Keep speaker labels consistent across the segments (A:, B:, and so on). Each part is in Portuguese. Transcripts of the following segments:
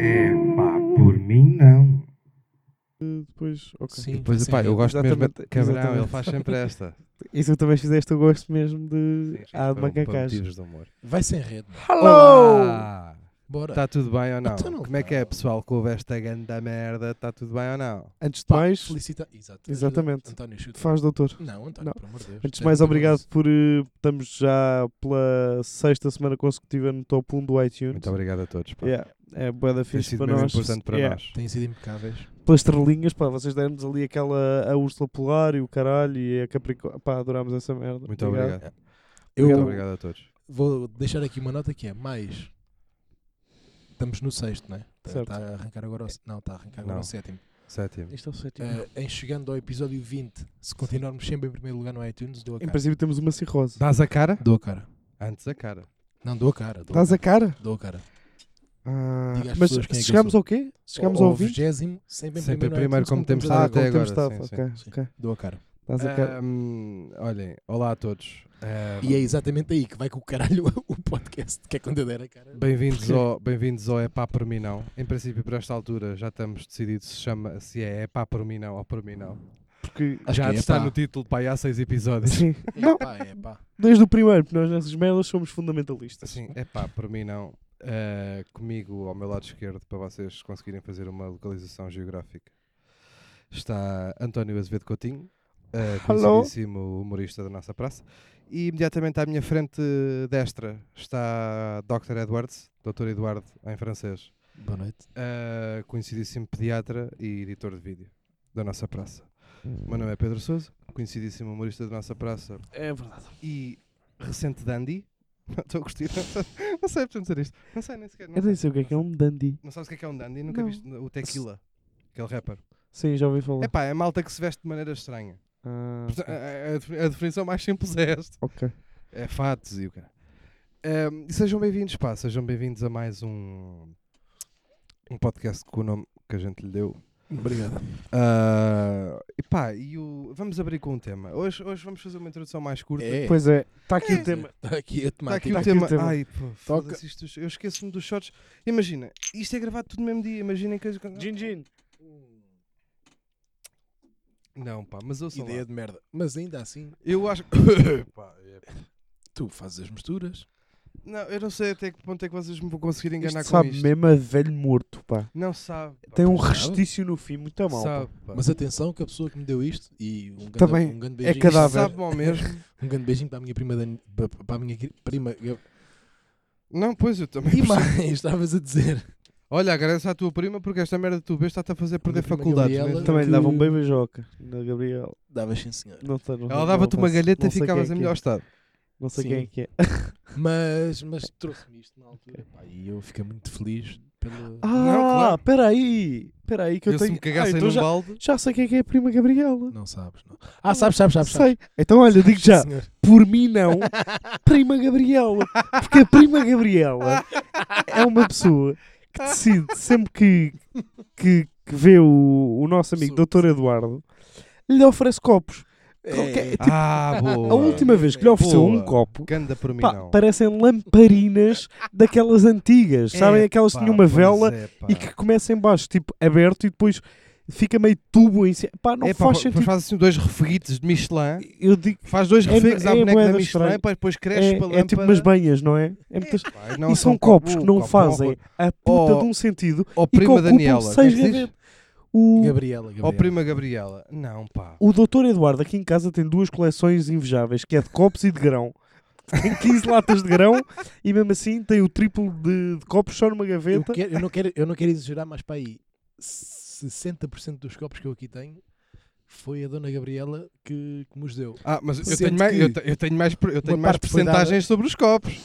A: É pá, por mim não.
B: Depois, ok.
C: Sim,
D: Depois,
C: sim,
D: pá, eu gosto mesmo
B: Exatamente,
D: de cabrão, ele
B: exatamente.
D: faz sempre esta.
B: Isso também fizeste o gosto mesmo de. Ah,
D: Para-
B: de
D: para
B: macacagem.
D: motivos de humor.
C: Vai sem rede.
D: um Olá!
C: Bora.
B: Tá
D: Está tudo bem ou não?
C: Então não
D: Como é que é,
C: tá.
D: pessoal, que houve esta ganda merda? Está tudo bem ou não?
B: Antes de
C: Pá,
B: mais,
C: Felicita. Exato.
B: Exatamente.
C: António, chuta.
B: faz doutor.
C: Não, António,
B: Não.
C: pelo amor de Deus. um-
B: Antes de
C: Deve
B: mais,
C: ter
B: obrigado
C: isso.
B: por. eh, Estamos já pela sexta semana consecutiva no top 1 do iTunes.
D: Muito obrigado a todos. Pá.
B: Yeah, é boa da
D: Tem
B: fixe
D: sido
B: para
D: mesmo
B: nós.
D: importante para
B: Yeah.
D: nós.
C: Têm sido impecáveis.
B: Pelas estrelinhas, pá, vocês deram-nos ali aquela a Úrsula Polar e o caralho e a Capricórnio. Pá, adorámos essa merda.
D: Muito obrigado. Muito
C: Eu
D: obrigado a todos.
C: vou deixar aqui uma nota que é mais. Estamos no sexto, não é? Está
B: Certo.
C: tá a arrancar agora o... Não, está a arrancar agora
D: Não.
C: o sétimo.
D: Sétimo.
B: Isto é o sétimo.
C: Eh, em chegando ao episódio 20, se continuarmos sempre em primeiro lugar no iTunes, dou a
B: Em
C: cara.
B: princípio temos uma cirrose.
D: Dás a cara?
C: Dou a cara.
D: Antes a cara.
C: Não, dou a cara. Dou,
B: Estás a cara?
C: dou a cara.
B: Ah,
C: Diga às
B: mas
C: pessoas quem é que eu
B: chegámos
C: sou.
B: ao quê? Chegámos
C: Ao-
B: ao
C: ao
B: 20?
C: vigésimo, sempre em
D: Sempre em
C: primeiro, no
D: primeiro,
C: iTunes,
D: como temos
C: a
D: estado
C: dar.
D: até
B: como
D: agora,
B: temos
D: sim,
B: estado. Ok,
C: sim.
B: ok.
C: Dou a cara.
B: Estás a cara.
D: Ahm, olhem, olá a todos. Ahm,
C: E é exatamente aí que vai com o caralho o podcast, que é quando eu der a cara.
D: Bem-vindos ao, bem-vindos ao É Pá Por Mim Não. Em princípio, por esta altura, já estamos decididos se, chama, se é É Pá Por Mim Não ou Por Mim Não.
B: Porque.
C: Acho
D: já
C: que é
D: está
C: pá.
D: no título, pá, e há seis episódios.
B: Sim,
C: É pá, é pá.
B: desde o primeiro, porque nós nessas merdas somos fundamentalistas.
D: Assim, É Pá Por Mim Não. Ah, comigo, ao meu lado esquerdo, para vocês conseguirem fazer uma localização geográfica, está António Azevedo Coutinho, ah,
B: Hello.
D: conhecidíssimo humorista da nossa praça. E imediatamente à minha frente destra está Dr. Edwards, Dr. Eduardo, em francês.
C: Boa noite.
D: uh, conhecidíssimo pediatra e editor de vídeo da nossa praça.
B: Hum.
D: O meu nome é Pedro Souza, conhecidíssimo humorista da nossa praça
B: É verdade.
D: e recente dandy. Não Estou a curtir, não sei, não sei portanto dizer isto. Não sei nem sequer. Não,
B: Eu nem sei o que é que é um dandy.
D: não sabes o que é, que é um dandy? Nunca
B: Não.
D: viste o Tequila, aquele rapper.
B: Sim, já ouvi falar.
D: É pá, é malta que se veste de maneira estranha.
B: Ah,
D: Porta- a- a- a defini- a definição mais simples é esta.
B: ok.
D: É fatos e o cara. e sejam bem-vindos, pá, sejam bem-vindos a mais um, um podcast com o nome que a gente lhe deu.
C: Obrigado.
D: Ah, e pá, e o- vamos abrir com um tema. Hoje, hoje vamos fazer uma introdução mais curta. Tá
C: É.
B: Pois é, está aqui
C: É.
B: o tema.
C: Está aqui a tipo
D: Está aqui,
C: temática.
B: Tá
D: o,
B: aqui
D: tema.
B: o tema.
D: Ai, pô,
C: Toca.
D: foda-se isto, eu esqueço-me dos shorts. Imagina, isto é gravado tudo no mesmo dia. Imaginem que.
B: Gin Gin.
D: Não, pá, mas ouçam
C: Ideia
D: lá.
C: de merda. Mas ainda assim,
D: Eu acho. Pá, é-
C: tu fazes as misturas.
D: Não, eu não sei até que ponto é que vocês me vão conseguir enganar
B: Isto
D: com
B: sabe
D: isto.
B: mesmo a velho morto, pá.
D: Não sabe. pá.
B: Tem um
C: sabe?
B: restício no fim, muito mal. pá. é
D: Sabe, pá.
C: Mas atenção que a pessoa que me deu isto e um grande,
B: Também
C: um grande
B: é
C: beijinho.
B: cadáver.
C: Sabe-
D: Sabe ao mesmo.
C: Um grande beijinho para a minha prima Dan- para para a minha gri- prima. eu-
D: Não, pois eu também.
C: E
D: percebo.
C: mais, estavas a dizer.
D: Olha, agradece à tua prima porque esta merda que tu vês está-te a fazer perder
C: prima
D: faculdades.
C: Gabriela-
D: mesmo.
B: Também um lhe davam
C: Que-
B: bem beijoca na Gabriel.
C: Davas sim, senhor.
B: Não sei, não
D: Ela
B: não
D: dava-te uma
B: faço-
D: galheta
B: não
D: e
B: sei quem é
D: ficavas em
B: que é.
D: melhor estado.
B: Não sei
C: Sim.
B: quem é que é.
C: Mas, mas trouxe-me isto na altura. pá, e eu fiquei muito feliz pelo.
D: claro.
B: Ah, peraí. Peraí que eu,
D: Eu se
B: tenho...
D: me cagassem
B: ah, então
D: num
B: já,
D: balde.
B: já sei quem é que é a prima Gabriela.
C: Não sabes, não. Ah, sabes, sabes, sabes.
B: Sei.
C: sabes.
B: Então olha, digo já,
C: Sim, senhor.
B: por mim não, prima Gabriela. Porque a prima Gabriela é uma pessoa que decide, sempre que, que, que vê o, o nosso amigo
C: Sou-
B: Dr. Eduardo, lhe oferece copos.
C: É,
B: Qualquer-
D: Ah, boa.
B: A última vez que lhe ofereceu
D: Boa.
B: um copo,
D: Ganda por mim
B: pá,
D: não.
B: parecem lamparinas daquelas antigas, sabem?
D: É,
B: Aquelas que
D: pá,
B: tinham uma
D: pois
B: vela
D: é, pá.
B: e que começa em baixo, tipo, aberto e depois fica meio tubo em cima. Pá, não
D: É, pá,
B: faz
D: pá,
B: sentido.
D: depois faz assim dois refeguites de Michelin.
B: Eu digo,
D: Faz dois
B: É-
D: refegues
B: é
D: à boneca
B: bué
D: da
B: da
D: Michelin,
B: estranho.
D: pá, depois cresce
B: é,
D: para
B: é tipo umas banhas, não é? É muito e são
D: um
B: copos que não fazem a puta
D: Oh,
B: de um sentido
D: Ó
B: e que
D: prima
B: ocupam
D: Daniela. como é
B: seis
D: que se diz?
B: gavetas. O,
C: É, Gabriela, Gabriela.
D: Ó prima Gabriela. Não, pá.
B: o doutor Eduardo aqui em casa tem duas coleções invejáveis, que é de copos e de grão. Tem 15 latas de grão e mesmo assim tem o triplo de, de copos só numa
C: eu,
B: gaveta.
C: quero- eu não quero, eu não quero exagerar, mas para aí 60% dos copos que eu aqui tenho foi a Dona Gabriela que, que nos deu.
D: Ah, mas eu
C: Sendo
D: tenho mais, eu
C: que
D: te- eu tenho mais, per- eu tenho mais
C: parte foi dada-
D: percentagens sobre os copos.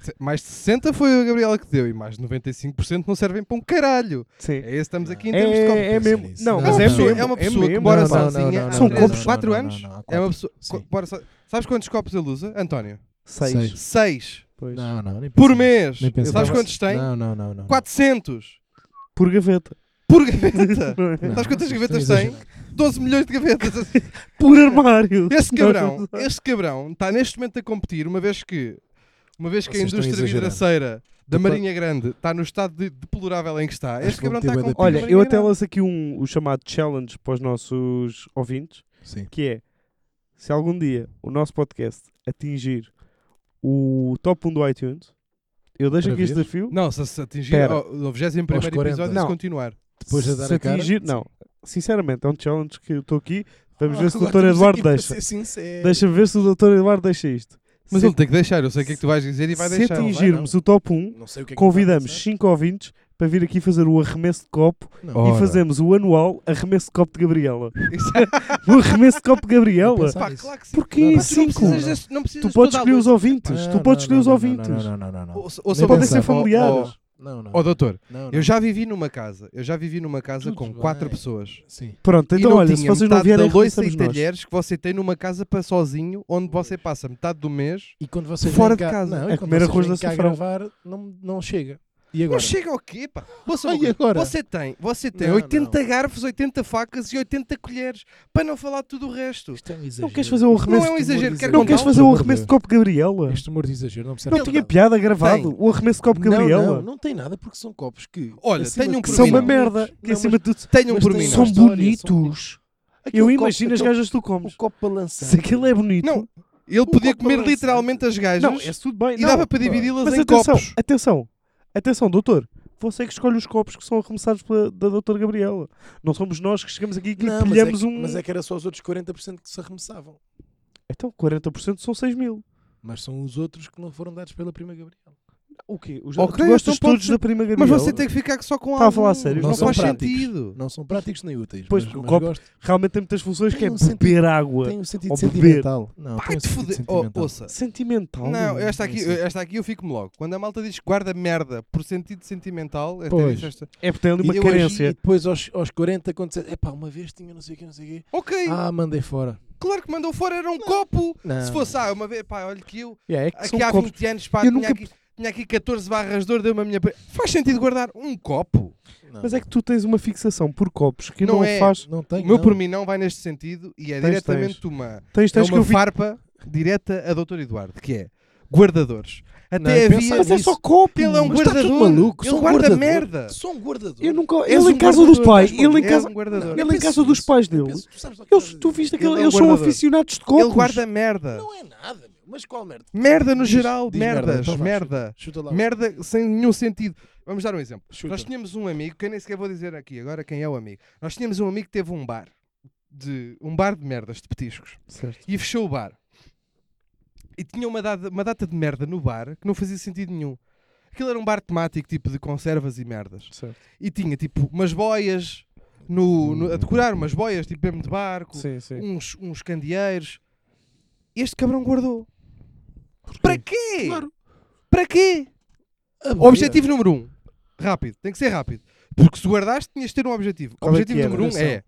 D: Se- Mais de 60 foi a Gabriela que deu e mais de 95% não servem para um caralho.
B: Sim.
D: É esse estamos aqui em
B: É,
D: termos de copos.
B: é
C: Pensa
B: mesmo.
C: nisso.
B: Não,
C: Não,
B: mas
D: é,
B: é
D: uma pessoa,
B: mesmo.
D: é uma pessoa que
B: mesmo.
D: mora
C: Não, não,
D: sozinha
C: não,
D: há
C: não,
B: São
D: três-
B: copos.
D: quatro
C: não, não,
D: anos.
C: não, não, há
D: É uma
C: quatro.
D: pessoa.
C: Sim.
D: co- bora só- sabes quantos copos ele usa, António?
B: Seis.
C: Seis.
D: Seis
B: Pois.
C: Não, não, nem
D: por
C: pensa nisso.
D: mês.
C: Nem pensa
D: Sabes
C: nisso.
D: quantos tem?
C: Não, não, não. não.
D: 400.
B: Por gaveta.
D: Por gaveta!
B: Não é?
D: Sabes quantas
C: vocês
D: gavetas
C: estão a
D: tem?
C: exagerar.
D: 12 milhões de gavetas!
B: Por armário.
D: Esse cabrão,
B: Não, é
D: esse cabrão está neste momento a competir, uma vez que, uma vez que a
C: Vocês estão
D: indústria
C: exagerando.
D: vidraceira da
C: Depois-
D: Marinha Grande está no estado de- deplorável em que está,
C: Acho
D: este
C: que é
D: cabrão
C: vão ter
D: está a
C: bué de
D: competir.
B: Olha,
D: com a
B: eu
D: Marinha
B: até
D: Grande.
B: lanço aqui um, o chamado challenge para os nossos ouvintes,
C: Sim.
B: que é, se algum dia o nosso podcast atingir o top 1 do iTunes, eu deixo
C: Outra
B: aqui este
C: vez?
B: desafio.
D: Não, se, se atingir
B: Espera.
D: ao- ao 21
C: Aos 40.
D: episódio,
B: Não.
D: se continuar.
C: Depois de
B: Se
C: dar a cara.
B: atingir- Não, sinceramente, é um challenge que eu estou aqui. Vamos ver se o
C: Agora
B: Dr.
C: Ah, estamos
B: Eduardo
C: aqui para
B: deixa.
C: ser sincero.
B: Deixa-me ver se o Dr. Eduardo deixa isto.
D: Mas
B: se,
D: ele tem que deixar, eu sei o que é que tu vais dizer e vai
B: se
D: deixar. é?
C: atingir-
B: atingirmos o top 1,
C: Não sei o que é que
B: convidamos
C: vai
B: 5 ouvintes para vir aqui fazer o arremesso de copo
C: acontecer. Não.
D: Ora.
B: e fazemos o anual arremesso de copo de Gabriela.
D: Isso-
B: O arremesso de copo de Gabriela?
C: Pensar
D: Pá,
C: nisso.
D: claro que sim.
B: Porquê
D: Não,
C: mas tu não
B: 5?
C: precisas de-
D: não precisas
B: Tu podes
D: toda a
B: escolher os
D: luz.
B: ouvintes. Tu
C: Não,
B: podes escolher
C: Ah, não,
B: os
C: não,
B: ouvintes.
C: Não, não, não, não. não.
D: Ou- ou
C: Nem
D: só-
B: Podem ser
C: pensar.
B: familiares.
C: Não, não.
D: Ó doutor,
C: não, não.
D: eu já vivi numa casa, eu já vivi numa casa
C: Tudo
D: com
C: bem.
D: quatro pessoas.
C: Sim.
B: Pronto,
D: E
B: então
D: não
B: olha,
D: tinha
B: se vocês não
D: metade
B: vierem,
D: da loiça e
B: arremessamos nós.
D: talheres que você tem numa casa para sozinho, onde você passa metade do mês.
C: E quando vocês
D: Fora
C: vêm
D: de
C: cá-
D: casa.
C: Não,
B: A
C: e quando
B: comer
C: vocês
B: arroz
C: vêm
B: da
C: cá
B: safrão.
C: gravar, não, não chega. E
D: Não
C: agora?
D: chega ao quê, pá? Ouça uma
C: Ah, e
D: coisa,
C: agora?
D: Você tem, você tem
C: Não,
D: 80 garfos, 80 facas e 80 colheres, para não falar de tudo o resto.
C: Isto é um exagero.
B: Não queres fazer um
D: Não
B: arremesso?
D: é um exagero, quero
B: Não
D: contar
B: queres
D: um
B: fazer um
C: humor
B: arremesso
C: de-
B: de copo de Gabriela?
C: Este humor de exagero não me serve
B: Não
C: para
B: tinha
C: nada.
B: piada gravado.
D: Tem.
B: O arremesso de copo de
C: Não, não,
B: Gabriela.
C: não tem nada porque são copos que.
D: Olha,
C: acima
D: tenho um
C: de
B: Que
D: por
C: tudo,
B: são
D: mim
B: uma
D: não.
B: merda. Que é
C: Não,
B: acima de tudo
D: Tenham
C: Mas
D: por
C: tem
D: mim.
C: uma
B: são
D: nós.
C: história, são
B: bonitos.
C: aquele
B: Eu
C: copo-
B: imagino as
C: aquele-
B: gajas que tu
C: O
B: comes.
C: copo balançando.
B: Se aquilo é bonito.
D: Não,
B: um
D: ele podia
C: copo
D: comer
C: balança.
D: literalmente as gajas
B: Não, é tudo bem.
D: e
B: não.
D: dava para dividi-las
B: Mas
D: em
B: atenção,
D: copos.
B: atenção, atenção, doutor. Você que escolhe os copos que são arremessados pela, da doutora Gabriela. Não somos nós que chegamos aqui e que lhe
C: Não, mas é,
B: pilhamos
C: que,
B: um.
C: mas é que era só os outros 40% que se arremessavam.
B: Então, 40% são 6 mil.
C: Mas são os outros que não foram dados pela prima Gabriela.
B: O quê? Os,
D: Ok,
B: tu gostas
D: então pode
B: todos
D: ser-
B: da prima Gabriela?
D: Mas você tem que ficar só com
B: Tá a falar
D: alguns.
B: sério,
D: Não,
C: não são
D: faz
C: práticos.
D: sentido.
C: Não são práticos nem úteis.
B: Pois,
C: mas,
B: o
C: mas
B: copo
C: gosto.
B: Realmente tem muitas funções que
C: Tem
B: é
C: um
B: beber
C: sentido-
B: água.
C: tem um sentido
B: Ou beber.
C: sentimental. Não, tem
D: Pá,
C: um
D: de
C: sentido
D: foder. Oh,
C: sentimental.
D: ouça.
B: Sentimental.
D: Não, esta
C: não
D: aqui,
C: sei.
D: esta aqui eu fico-me logo. Quando a malta diz que guarda merda por sentido sentimental, até
C: Pois.
D: disse esta-
B: É porque tem ali uma
D: Eu
B: carência.
C: E depois aos, aos 40 quando disseram, epá, uma vez tinha não sei o que, não sei o quê.
D: ok,
C: Ah, mandei fora.
D: claro que mandou fora, era um copo.
C: Não.
D: Se fosse, ah, uma vez, pá, olha que eu,
B: Yeah, é que são
D: aqui há
B: copos.
D: 20 anos, pá,
B: Eu
D: tinha,
B: nunca-
D: aqui, tinha aqui 14 barras de ouro, deu-me a minha. pri- Faz sentido guardar um copo?
C: Não,
B: Mas é que tu tens uma fixação por copos que não,
D: Não é.
B: faz.
C: não tenho.
D: o meu
C: não.
D: por mim não vai neste sentido e é
B: Tens,
D: diretamente
B: tens.
D: uma,
B: Tens,
D: é
B: tens que
D: uma
B: eu vi.
D: farpa direta a Dr. Eduardo, que é guardadores. Até
C: Não,
D: havia.
C: pensa
B: Mas é
C: nisso.
B: só copos.
D: Ele é um
C: Mas está
D: guardador.
C: tudo maluco.
D: Ele
C: sou um
D: guarda
C: guardador.
D: merda.
C: Sou um guardador.
B: Eu nunca...
D: És
B: Ele em
D: um
B: casa dos
D: guardador,
B: pais.
D: mas
B: Ele em
D: é
B: casa...
D: um guardador.
C: Não,
B: Ele em
C: penso
B: casa dos
C: nisso.
B: pais
C: Eu
B: dele.
C: penso- tu sabes o que
B: Eles,
C: estás a
B: tu
C: dizer.
B: viste aquele,
D: Ele é um
B: eles são
D: guardador.
B: aficionados de copos.
D: Ele guarda merda.
C: Não é nada, meu. Mas qual merda?
D: Merda no
C: Diz-
D: geral,
C: diz merda,
D: merdas,
C: então vá,
D: merda.
C: Chuta lá.
D: merda sem nenhum sentido. Vamos dar um exemplo.
C: Chuta.
D: Nós tínhamos um amigo, que eu nem sequer vou dizer aqui agora quem é o amigo. Nós tínhamos um amigo que teve um bar. De, um bar de merdas, de petiscos.
B: Certo.
D: E fechou o bar. E tinha uma data, uma data de merda no bar que não fazia sentido nenhum. Aquilo era um bar temático, tipo de conservas e merdas.
B: Certo.
D: E tinha, tipo, umas boias no, no- a decorar, umas boias, tipo mesmo de barco,
B: Sim, sim.
D: uns, uns candeeiros. Este cabrão guardou. Para quê?
C: Claro.
D: Para quê?
C: A boia.
D: Objetivo número um. Rápido, tem que ser rápido. Porque se guardaste, tinhas de ter um objetivo.
B: Qual é
D: objetivo
B: que era?
D: número um é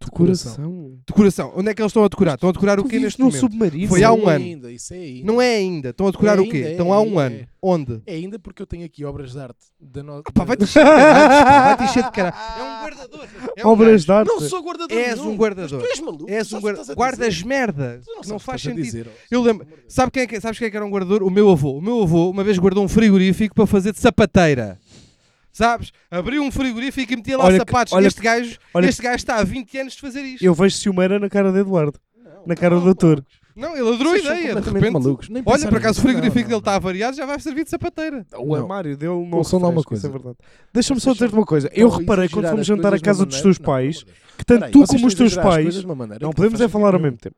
B: Do
C: coração.
B: coração.
D: decoração. Onde é que eles estão a decorar? Estão a decorar o
B: Tu
D: quê
B: vives
D: neste
B: num
D: momento?
B: submarino.
D: Foi há um
C: Isso é
D: ano.
C: ainda, Isso é ainda.
D: Não é ainda. Estão a decorar
C: É
D: o quê?
C: ainda, é,
D: Estão há um
C: é.
D: ano. Onde?
C: É ainda porque eu tenho aqui obras de arte da no...
D: Pá,
C: da-
D: vai-te encher de caralho. pá, Vai-te encher de caralho. É um guardador. É um
B: Obras de
D: gajo.
B: arte.
C: Não sou guardador.
D: És
C: nenhum.
D: um guardador.
C: Mas tu és maluco.
D: És um
C: sabes o que
D: guarda...
C: estás a
D: Guardas
C: dizer.
D: merda.
C: Tu sabes
D: Não
C: o que
D: faz
C: estás a
D: sentido.
C: dizer, oh.
D: Eu lembro. Sabe quem, é que, sabes quem é que era um guardador? O meu avô. O meu avô uma vez guardou um frigorífico para fazer de sapateira. Sabes? Abriu um frigorífico e metia lá
B: Olha que-
D: sapatos.
B: olha
D: este, gajo,
B: olha
D: este gajo está há 20 anos de fazer isto.
B: Eu vejo ciumeira na cara de Eduardo. Na cara do doutor.
D: Não, ele adorou a
C: Vocês são
D: ideia. De
C: completamente
D: repente,
C: malucos. Nem
D: olha,
C: pensar
D: por acaso o
C: nisso.
D: frigorífico
C: Não,
D: dele está avariado, já vai servir de sapateira.
B: O armário dele não
C: Ouçam lá uma
B: refresca, isso é
C: coisa.
B: verdade. Deixa-me só
C: Vocês
B: dizer-te uma coisa.
C: estão
B: Eu
C: a
B: reparei quando
C: exagerar
B: fomos
C: as
B: jantar à
C: coisas de
B: casa
C: uma
B: dos teus
C: maneira-
B: pais,
C: Não, por amor de Deus.
B: que tanto
C: Peraí,
B: tu
C: vocês
B: como os
C: estão a
B: teus
C: exagerar as
B: pais.
C: coisas de uma maneira
B: Não
C: que
B: podemos é
C: faz
B: falar ao
C: sentido
B: mesmo tempo.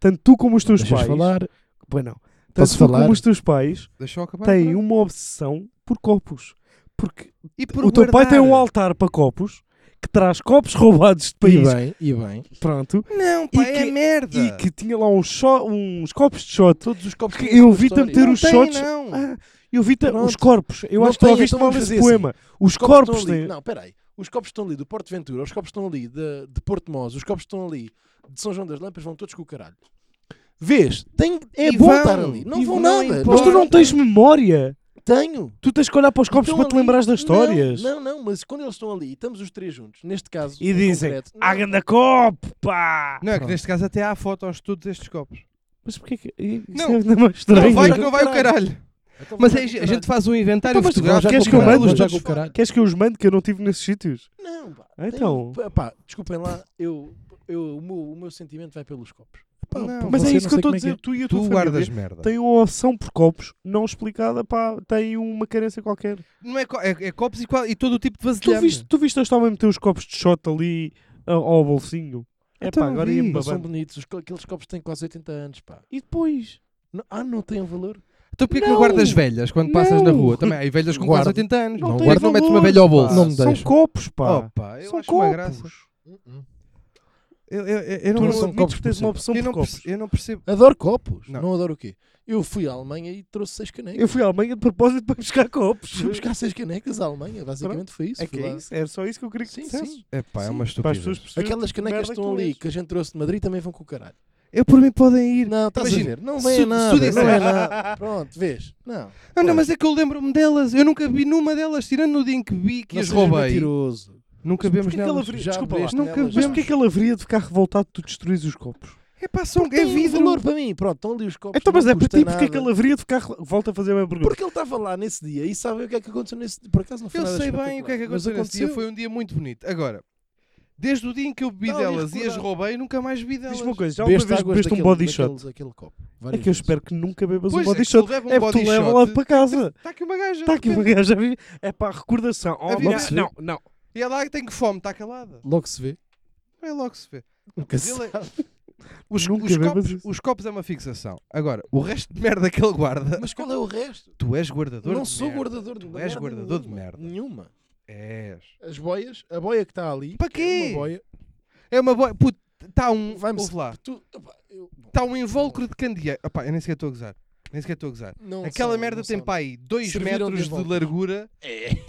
B: Tanto tu como os teus
C: Deixas
B: pais.
C: falar.
B: Pois não. Tanto
C: Posso
B: tu
C: falar?
B: como os teus pais
D: Deixa eu acabar.
B: têm uma obsessão por copos. Porque
D: E por
B: o teu pai tem
D: guardar.
B: um altar para copos que traz copos roubados de
C: E
B: país.
C: bem, e bem.
B: Pronto.
D: Não, pá,
B: E
D: é
B: que-
D: merda.
B: E que tinha lá uns, cho- uns copos de shot.
C: Todos os copos
B: Que
C: têm
B: eu
C: uma
B: vi-te a
C: história.
B: meter
D: não
B: os
D: tem,
B: shots.
D: não.
B: Ah, eu vi
C: Pronto.
B: os corpos. Eu
C: Não
B: acho que tu
C: tem,
B: ouviste
C: então
B: mal
C: vamos
B: esse
C: fazer assim.
B: poema. Os
C: Os copos
B: corpos
C: estão ali.
B: têm.
C: Não, peraí. Os copos estão ali do Porto Ventura, os copos estão ali de, de Porto Mós, os copos estão ali de São João das Lampas, vão todos com o caralho. Vês? Tem, é
D: E
C: bom
D: vão.
C: estar ali. Não
D: E
C: vão
D: não
C: nada.
D: importa.
B: é. Mas tu não tens memória.
C: Tenho!
B: Tu tens que olhar para os copos
C: Estão
B: para te
C: ali-
B: lembrares das histórias.
C: Não, não, não, mas quando eles estão ali e estamos os três juntos, neste caso.
B: E
C: em
B: dizem, "Ah,
C: concreto,
B: há
C: não,
B: ganda copo, pá!
D: Não, é que
C: Pronto.
D: neste caso até há fotos de todos estes copos.
B: Mas porquê que... Isso
D: Não.
B: é ainda mais estranho.
D: Não vai,
C: vai
D: não
C: ao
D: vai o caralho.
C: então
D: Mas
C: vai
D: aí
C: para
D: a
C: o
D: gente faz um inventário
B: é- Então, mas tu
D: fotográfico.
B: queres
D: com
B: que eu
D: caralho.
B: mande?
D: Já com
C: o caralho.
B: Queres que eu os mande que eu não tive nesses sítios?
C: caralho. Não, pá.
B: Ah,
C: tem-
B: então.
C: pá, pá, desculpem lá, eu, eu, o, meu, o meu sentimento vai pelos copos. Pá,
D: Não,
C: pá,
B: Mas é isso
C: você não
B: que eu
C: sei
B: estou
C: como
B: a
C: é
B: dizer. Tu e a tua
D: Tu
B: família
D: guardas merda.
B: têm uma opção por copos não explicada, pá, têm uma carência qualquer.
D: Não é, co- é- é copos e, qual- e todo o tipo de
B: Tu
D: vasilhame.
B: viste, tu viste este homem meter os copos de shot ali ah, ao bolsinho? É
D: Então
B: pá, agora
D: vi,
B: ia-me
D: mas
C: Mas são
B: babando.
C: bonitos, os co- aqueles copos têm quase 80 anos, pá.
B: E depois?
C: Não- ah, não têm valor?
D: Então porquê que não
B: Não.
D: guardas velhas quando passas na
B: Não.
D: rua? Também há velhas com quase
C: Guardo.
D: 80 anos.
B: Não
D: Não,
B: tem
D: guardas, não metes uma
B: valor,
D: velha ao
B: pá.
D: bolso.
C: Não me
B: São
C: deixam. Oh,
B: copos, pá.
D: Opa, eu
B: São
D: acho uma
B: copos.
D: graça. Eu,
B: Tu
D: não,
B: não,
C: são
B: admites
C: copos,
B: que tens
C: por
B: uma opção por copos.
D: percebo.
C: Adoro copos.
D: Não.
C: Não. adoro o quê? Eu fui à Alemanha e trouxe seis canecas.
B: Eu fui à Alemanha de propósito para buscar copos.
C: Fui buscar seis canecas à Alemanha, basicamente foi isso.
B: É
C: fui
B: que é
C: lá.
B: isso? Era só isso que eu queria que
C: Sim,
B: dissesse.
C: sim.
D: É pá, é
C: Sim.
D: uma
B: Para as pessoas
D: estupidez.
B: perceberem
C: Aquelas
B: que
C: canecas que
B: merda
C: estão
B: tu
C: ali
B: és.
C: que a gente trouxe de Madrid também vão com o caralho.
D: Eu por mim podem ir.
C: Não, estás
D: Imagina,
C: a ver? Não
D: se-
C: vem
D: se
C: a
D: tu
C: nada, não
D: disseres-
C: é nada. Pronto, vês? Não.
D: Não, não, mas é que eu lembro-me delas. Eu nunca vi numa delas, tirando no dia em que vi que
C: não
D: as
C: sejas
D: roubei.
C: mentiroso.
D: Nunca
B: Mas
D: vemos
B: porquê que ela
D: nelas.
B: haveria-
C: Já
B: Desculpa lá.
C: bebeste
D: Nunca
C: nelas,
B: Mas
D: vemos.
C: já.
B: porquê que ele haveria de ficar revoltado de tu destruís os copos?
D: É pá, são é
C: Tem um
D: vidro.
C: valor para mim, pronto, estão ali os copos.
B: Então, mas
C: não
B: é para
C: custa
B: ti, porquê que
C: nada.
B: ele haveria de ficar. re- Volta a fazer a mesma pergunta.
C: Porque ele estava lá nesse dia e sabe o que é que aconteceu nesse dia. Por acaso não foi
D: Eu
C: nada
D: sei bem o que é que
C: espetacular, mas
D: aconteceu nesse dia. Foi um dia muito bonito. Agora, desde o dia em que eu bebi
C: Não, eu
D: delas e as
C: recordava.
D: roubei, nunca mais vi delas.
B: Diz-me uma coisa, já alguma
C: Bebeste
B: vez
C: águas
B: bebeste um
C: daquele-
B: body
C: daqueles-
B: shot?
C: Daquele copo.
B: É
C: várias
B: que eu
C: vezes.
B: espero que nunca bebas um
D: Pois é,
B: body
D: que se ele
B: shot.
D: leva um
B: é porque
D: body
B: tu leva
D: shot,
B: lá para casa.
D: Está Tá aqui uma gaja.
B: Está Tá aqui uma gaja a vir. É para a recordação. Oh,
D: Havia-
B: minha- Não, não.
D: E ela tem que fome, está calada.
C: Logo se vê.
D: É logo se vê.
C: Nunca
D: Mas
C: se
D: ele é-
C: sabe.
D: Os,
B: Nunca
D: os
B: bebas
D: copos,
B: isso.
D: os copos é uma fixação. Agora, o resto de merda que ele guarda.
C: Mas qual é o resto?
D: Tu és guardador
C: não
D: de
C: sou
D: merda.
C: guardador de
D: Tu
C: merda.
D: és guardador de
C: nenhuma.
D: merda.
C: Nenhuma.
D: És.
C: As boias, a boia que está ali.
D: Para
C: que é
D: quê?
C: Uma boia.
D: É uma boa. Puto, está um.
C: Vai-me
D: Ouve lá.
C: Tu, opa, eu-
D: Está um invólucro de candeeiro. Opá, eu nem sequer estou a gozar. Nem sequer estou a gozar.
C: não
D: Aquela
C: são-
D: merda
C: não
D: tem
C: são.
D: pá aí 2
C: Serviram de
D: metros de,
C: invólucro.
D: largura.
C: É.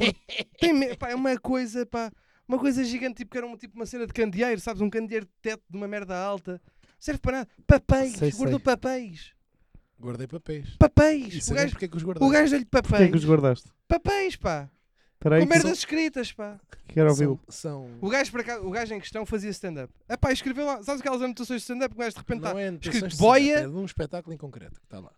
D: Tem, me- pá, é uma coisa, pá. Uma coisa gigante, tipo que era um, tipo uma cena de candeeiro, sabes? Um candeeiro de teto de uma merda alta. Serve para nada. Papéis.
B: Sei,
D: guardou
B: sei.
D: papéis.
C: Guardei papéis.
D: Papéis. O
C: Isso é
D: gajo,
C: porque é que os guardei.
D: o gajo deu-lhe
B: Porquê é que
D: papéis.
B: os guardaste?
D: Papéis, pá.
B: Espera aí,
D: Com
B: que
D: merdas escritas, pá.
B: só- quero ouvi-lo.
C: são, são...
D: O gajo, para cá, o gajo em questão fazia stand-up. Ah pá, escreveu lá. Sabes aquelas anotações de stand-up? que O gajo de repente tá- está.
C: Não é
D: escrito
C: anotações de
D: boia.
C: stand-up, É de um espetáculo em concreto que está lá.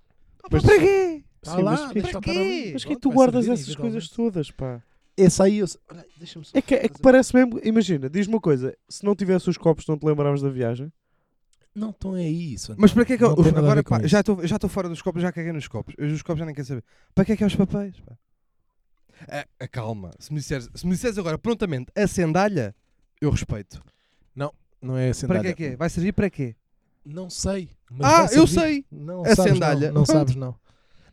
D: "Ah, pá,
B: mas-
D: para quê?
C: Está
B: Sim,
C: lá,
B: mas porquê-
C: deixa
D: para
C: estar
D: quê?
C: ali.
B: Mas que
C: Pronto,
B: tu
C: vai
B: guardas
C: servir,
B: essas coisas
C: eventualmente.
B: todas, pá.
C: Essa aí eu. se- Olha, deixa-me só.
B: É que, é que parece mesmo. Imagina, diz-me uma coisa: se não tivesse os copos, não te lembravas da viagem?
C: Não estão aí isso.
D: Mas para que é que eu.
C: Não tem nada a ver
D: Agora,
C: com
D: pá,
C: isso.
D: já estou já estou fora dos copos, já caguei nos copos. Eu, os copos já nem quero saber. Para que é que é os papéis? Pá? Ah, ah, calma. Se me, disseres, se me disseres agora prontamente a sandália, eu respeito.
C: Não é a
D: Para
C: sandália.
D: que é que é? Vai servir para quê?
C: Não sei. mas
D: Ah,
C: vão
D: eu
C: servir.
D: sei!
C: Não
D: A
C: sabes,
D: sandália.
C: Não, não
D: Pronto.
C: sabes, não.